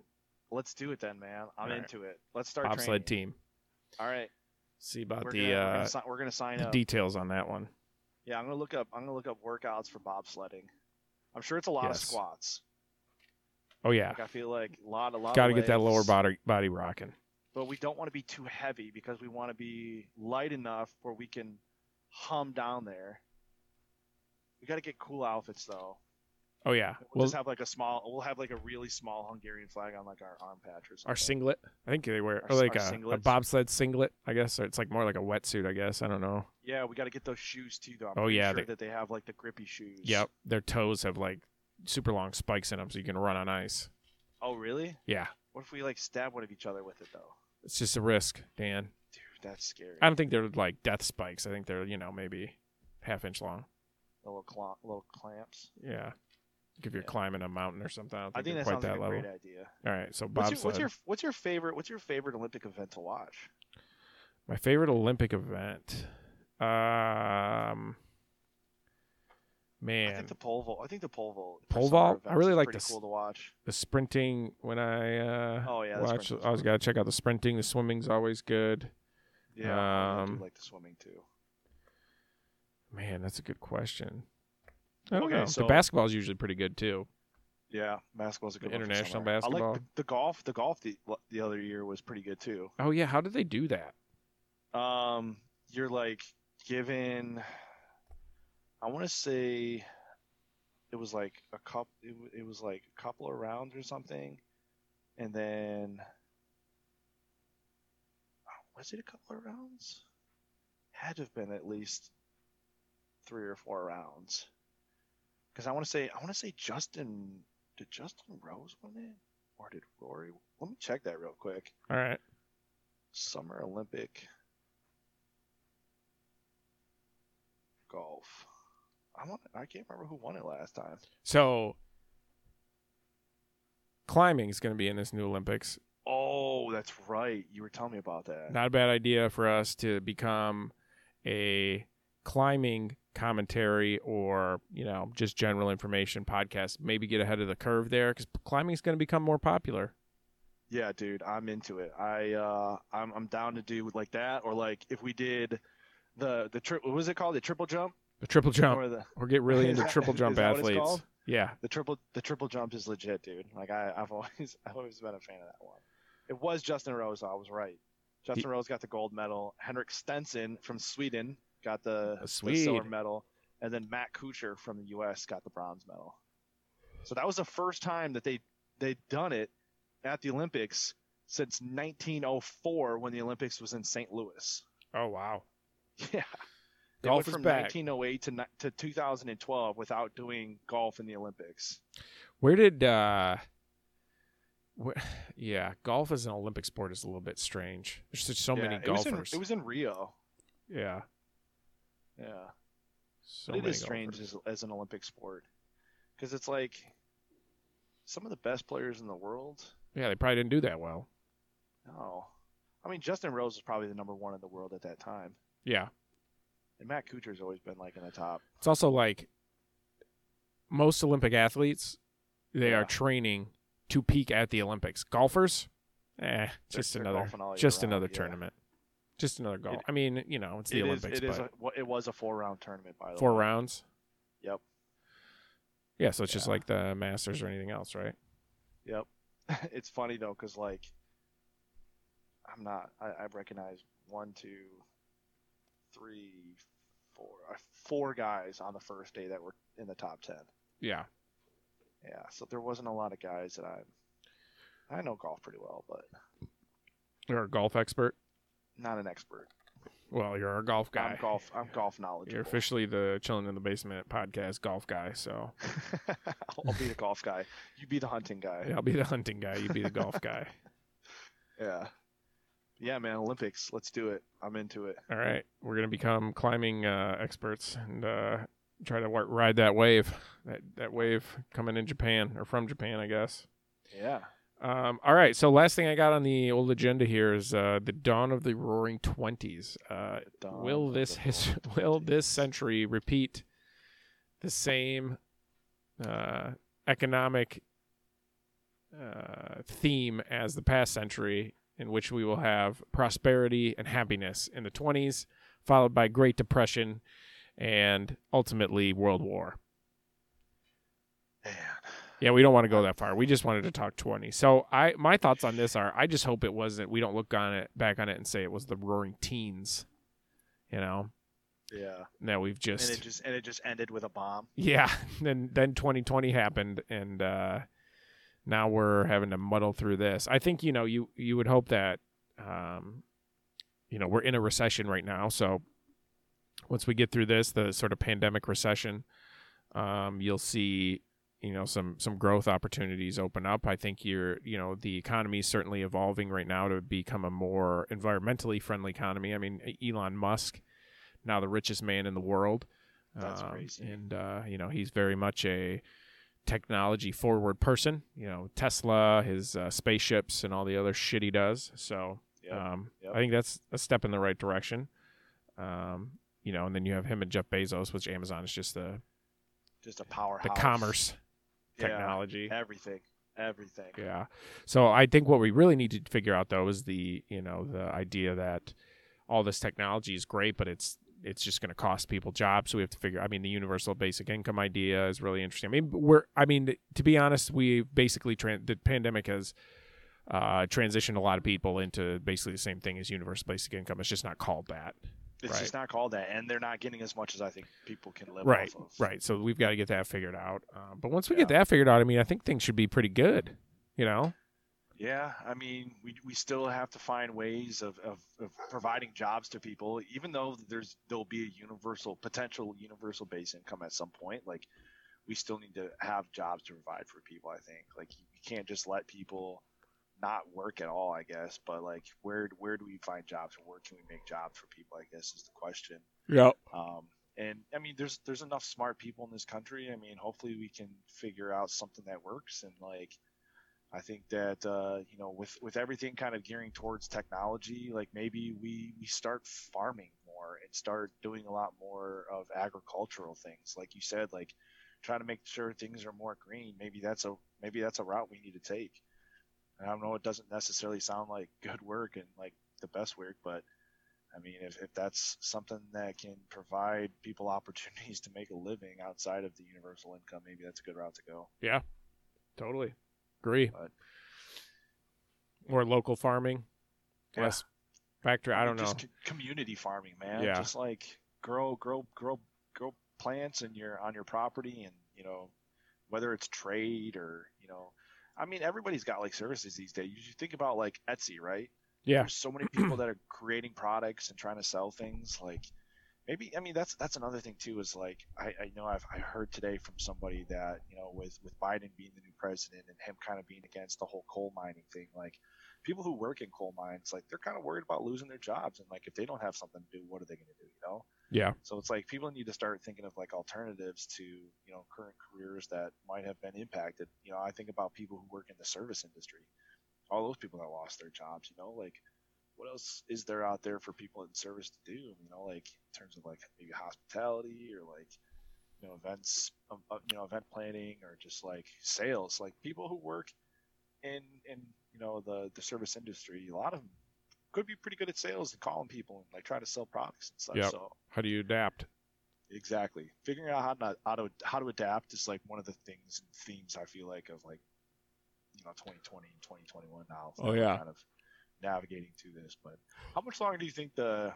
Let's do it then, man. I'm All right. into it. Let's start bobsled training. team. All right, See about we're the gonna, we're, uh, gonna si- we're gonna sign the up. details on that one. Yeah, I'm gonna look up. I'm gonna look up workouts for bobsledding. I'm sure it's a lot of Yes. squats. Oh yeah, Like I feel like a lot, a lot. got to of get that lower legs, body body rocking. But we don't want to be too heavy because we want to be light enough where we can hum down there. We got to get cool outfits though. Oh yeah, We'll, well just have like a small. We'll have like a really small Hungarian flag on like our arm patch or something. our singlet. I think they wear Our or s- like our a, a singlets. bobsled singlet, I guess, or it's like more like a wetsuit, I guess. I don't know. Yeah, we got to get those shoes too, though. I'm Oh, pretty yeah, sure they- that they have like the grippy shoes. Yep, their toes have like super long spikes in them, so you can run on ice. Oh really? Yeah, What if we like stab one of each other with it though? it's just a risk, Dan. Dude, that's scary. I don't think they're like death spikes. I think they're you know maybe half inch long. The little, clomp, little clamps. Yeah. if you're Yeah. climbing a mountain or something. I don't I think, think you're that quite sounds that like a level. great idea. All right, so What's Bob your, what's your what's your favorite what's your favorite Olympic event to watch? my favorite Olympic event. Um, I man, think the pole vault. I think the pole vault. for Pole summer vault? I events really is like pretty this. cool to watch. the sprinting when I uh, Oh yeah, that's watch, pretty I always gotta check out the sprinting. The swimming's always good. cool. yeah. I do um, like the swimming too. Man, that's a good question. I don't Okay, know. so- the basketball's usually pretty good too. Yeah, basketball's a The good one for international summer. I basketball. like the, the golf. The golf the, the other year was pretty good too. Oh yeah, how did they do that? Um, you're like given. I want to say, it was like a cup. It, wa- it was like a couple of rounds or something, and then was it a couple of rounds? Had to have been at least three or four rounds. Because I want to say, I want to say Justin. Did Justin Rose win it, or did Rory? Let me check that real quick. All right, Summer Olympic golf. I want. I can't remember who won it last time. so climbing is going to be in this new Olympics. Oh, that's right. You were telling me about that. not a bad idea for us to become a climbing commentary or you know just general information podcast maybe get ahead of the curve there because climbing is going to become more popular yeah, dude, I'm into it. I uh, I'm I'm down to do like that, or like if we did the the trip. What was it called? The triple jump the triple jump or the or get really Is into that- triple is jump that what it's athletes called? yeah the triple the triple jump is legit, dude. Like I I've always I've always been a fan of that one. It was Justin Rose. I was right. Justin Rose got the gold medal. Henrik Stenson from Sweden got the, A the silver Swede. medal, and then Matt Kuchar from the U.S. got the bronze medal. So that was the first time that they they'd done it at the Olympics since 1904 when the Olympics was in St. Louis. oh wow Yeah. They Golf went is from back. 1908 to, ni- to 2012 without doing golf in the Olympics. where did uh where, yeah golf as an olympic sport is a little bit strange there's just so many it was in- golfers It was in, Rio. yeah Yeah, so but it many is strange golfers. as, as an Olympic sport because it's like some of the best players in the world. yeah they probably didn't do that well No, I mean Justin Rose was probably the number one in the world at that time, yeah and Matt Kuchar's always been like in the top. It's also like most Olympic athletes, they Yeah. are training to peak at the Olympics. Golfers, eh, just they're another, golfing all year just round, another yeah. tournament, just another golf. It- I mean, you know, it's the It is- Olympics, it is. but a- wa- it was a four round tournament by the four way. rounds. Yep. Yeah, so it's just Yeah. like the Masters or anything else, right? Yep. it's funny though, because like, I'm not. I, I recognize one, two, three, four, uh, four guys on the first day that were in the top ten. Yeah. Yeah. So there wasn't a lot of guys that I'm. I know golf pretty well, but You're a golf expert. not an expert. Well, you're a golf guy. I'm golf. I'm golf knowledgeable. You're officially the chilling in the basement podcast golf guy. So I'll be the golf guy. You be the hunting guy. I'll be the hunting guy. You be the golf guy. Yeah. Yeah, man. Olympics. Let's do it. I'm into it. All right, we're gonna become climbing uh, experts and uh, try to wa- ride that wave, that that wave coming in Japan or from Japan, I guess. Yeah. Um, all right, so last thing I got on the old agenda here is uh, the dawn of the Roaring Twenties. Uh, Done. will this his- will this century repeat the same uh, economic uh, theme as the past century, in which we will have prosperity and happiness in the 20s, followed by Great Depression and ultimately World War? Man. Yeah, we don't want to go that far. We just wanted to talk 20. So I my thoughts on this are I just hope it wasn't we don't look on it back on it and say it was the roaring teens. You know, Yeah. that we've and just, it just and it just ended with a bomb. Yeah, then then 2020 happened and uh now we're having to muddle through this. I think you know you you would hope that um you know, we're in a recession right now, so once we get through this, the sort of pandemic recession, um, you'll see you know some some growth opportunities open up i think you're you know the economy is certainly evolving right now to become a more environmentally friendly economy i mean E, elon musk now the richest man in the world That's um, crazy. and uh, you know he's very much a technology forward person. You know, Tesla, his uh, spaceships, and all the other shit he does. So Yep. um, yep. I think that's a step in the right direction. Um, you know, and then you have him and Jeff Bezos, which Amazon is just the just a the powerhouse. commerce Yeah, technology. everything, everything. Yeah. So I think what we really need to figure out though is the you know the idea that all this technology is great, but it's it's just going to cost people jobs. So we have to figure. I mean, the universal basic income idea is really interesting. I mean, we're. I mean, to be honest, we basically tran the pandemic has. Uh, transitioned a lot of people into basically the same thing as universal basic income. It's just not called that. It's Right. just not called that, and they're not getting as much as I think people can live Right, off of. right. So we've got to get that figured out. Uh, but once we get that figured out, I mean, I think things should be pretty good. You know, Yeah, I mean, we, we still have to find ways of, of, of providing jobs to people, even though there's there'll be a universal potential universal base income at some point. Like, we still need to have jobs to provide for people. I think like you, you can't just let people not work at all. I guess, but like where where do we find jobs and where can we make jobs for people? I guess is the question. yeah, Um, and I mean, there's there's enough smart people in this country. I mean, hopefully we can figure out something that works. And like, I think that uh, you know, with with everything kind of gearing towards technology, like maybe we we start farming more and start doing a lot more of agricultural things, like you said, like trying to make sure things are more green. Maybe that's a maybe that's a route we need to take. And I don't know, it doesn't necessarily sound like good work and like the best work, but I mean, if, if that's something that can provide people opportunities to make a living outside of the universal income, maybe that's a good route to go. Totally. Agree. But- More local farming, Yeah. less factory. I don't know. Just c- community farming, man. Yeah. Just like grow, grow, grow, grow plants in your on your property, and you know, whether it's trade or you know, I mean, everybody's got like services these days. You should think about like Etsy, right? Yeah. There's so many people that are creating products and trying to sell things. Like maybe I mean that's that's another thing too is like I, I know I've I heard today from somebody that you know with with Biden being the new president and him kind of being against the whole coal mining thing like people who work in coal mines like they're kind of worried about losing their jobs and like if they don't have something to do what are they going to do you know Yeah. so it's like people need to start thinking of like alternatives to you know current careers that might have been impacted you know I think about people who work in the service industry all those people that lost their jobs you know like what else is there out there for people in service to do? You know, like in terms of like maybe hospitality or like you know events, um, uh, you know event planning or just like sales. Like people who work in in you know the the service industry, a lot of them could be pretty good at sales and calling people and like trying to sell products and stuff. Yep. So How do you adapt? Exactly. Figuring out how to how to how to adapt is like one of the things and themes I feel like of like you know 2020 and 2021 now. Oh, yeah. Kind of navigating through this, but how much longer do you think the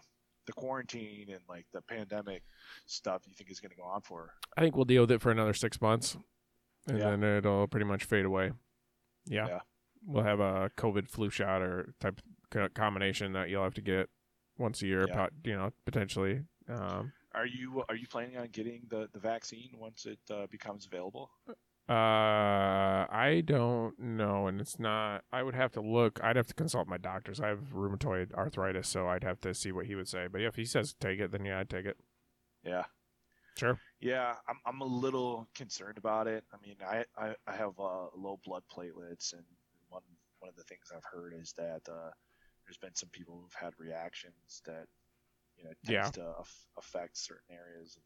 the quarantine and like the pandemic stuff you think is going to go on for? I think we'll deal with it for another six months, and Yeah. then it'll pretty much fade away. Yeah. Yeah. We'll have a COVID flu shot or type co- combination that you'll have to get once a year, Yeah. pot, you know, potentially. Um, Are you are you planning on getting the the vaccine once it uh, becomes available? uh, I don't know, and it's not. I would have to look. I'd have to consult my doctors. I have rheumatoid arthritis, so I'd have to see what he would say. But yeah, if he says take it, then yeah, I'd take it. Yeah. Sure. Yeah, I'm, I'm a little concerned about it. I mean, I, I, I have uh, low blood platelets, and one one of the things I've heard is that uh, there's been some people who've had reactions that you know it Yeah. tends to aff- affect certain areas of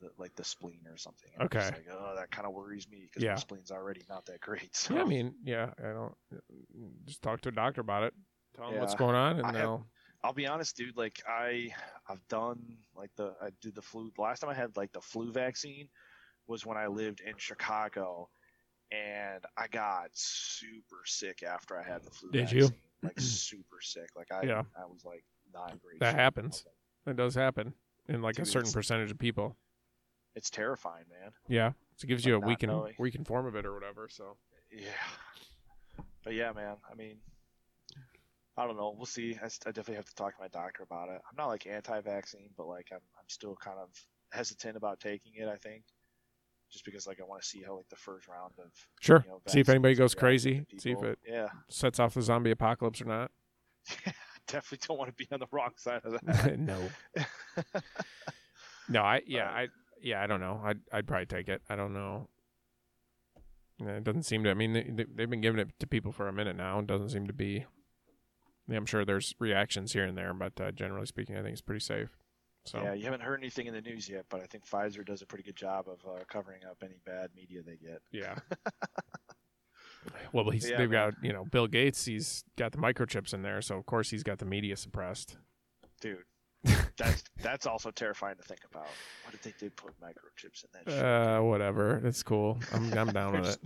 the, like the spleen or something. And I'm just Okay. like, oh, that kind of worries me because Yeah. my spleen's already not that great. So. Yeah, I mean, yeah, I don't just talk to a doctor about it. Tell him what's Yeah. going on, and I have- they'll. I'll be honest, dude. Like I, I've done like the I did the flu. Last time I had like the flu vaccine was when I lived in Chicago, and I got super sick after I had the flu. Did vaccine. you? Like super sick. Like I, Yeah. I was like not in great. That shape. I happens. was like, It does happen in like a Dude, certain it's- percentage of people. It's terrifying, man. Yeah, so it gives Like you a not weakened knowing. weakened form of it or whatever. So Yeah. But yeah, man. I mean, I don't know. We'll see. I, s- I definitely have to talk to my doctor about it. I'm not like anti-vaccine, but like I'm, I'm still kind of hesitant about taking it. I think just because like I want to see how like the first round of sure, you know, see if anybody vaccines goes react to crazy. See if people. it yeah. sets off the zombie apocalypse or not. Definitely don't want to be on the wrong side of that. no, no, I yeah, Uh, I yeah, I don't know. I'd I'd probably take it. I don't know. Yeah, It doesn't seem to. I mean, they, they- they've been giving it to people for a minute now. It doesn't seem to be. yeah, I'm sure there's reactions here and there, but uh, generally speaking, I think it's pretty safe. So Yeah, you haven't heard anything in the news yet, but I think Pfizer does a pretty good job of uh, covering up any bad media they get. yeah. well, he's, Yeah, they've man. got you know Bill Gates. He's got the microchips in there, so of course he's got the media suppressed. Dude, that's that's also terrifying to think about. What if they did put microchips in that? shit? Uh, whatever. It's cool. I'm I'm down with it.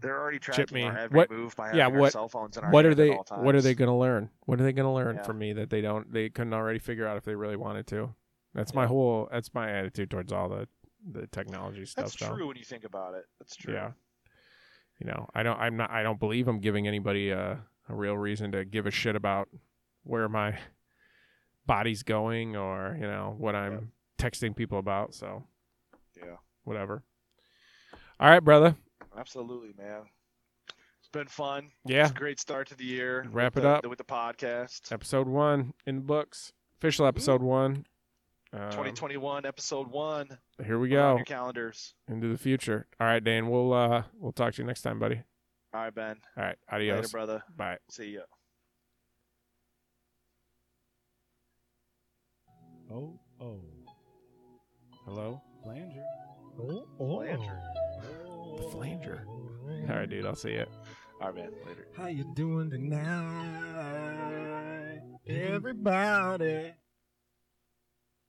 They're already tracking me. our every What- move by yeah, having our what- cell phones in our what hand are they At all times. what are they going to learn what are they going to learn Yeah. from me that they don't they couldn't already figure out if they really wanted to that's my Yeah. whole that's my attitude towards all the the technology stuff That's so, true when you think about it. That's true. yeah you know i don't i'm not i don't believe i'm giving anybody a, a real reason to give a shit about where my body's going or you know what i'm texting people about so Yeah. whatever all right brother Absolutely, man. It's been fun. yeah It's a great start to the year. Wrap with it the- up. with the podcast. episode one in the books official episode one um, 2021 episode one. Put here we it on go your calendars. into the future. All right, Dan. We'll uh we'll talk to you next time, buddy. All right, Ben. All right. Later, Adios. brother. Bye. See ya. Oh, oh. Hello. Flanger. Oh, oh. Flanger. The flanger. All right, dude. I'll see you. All right, man. Later. How you doing tonight, everybody?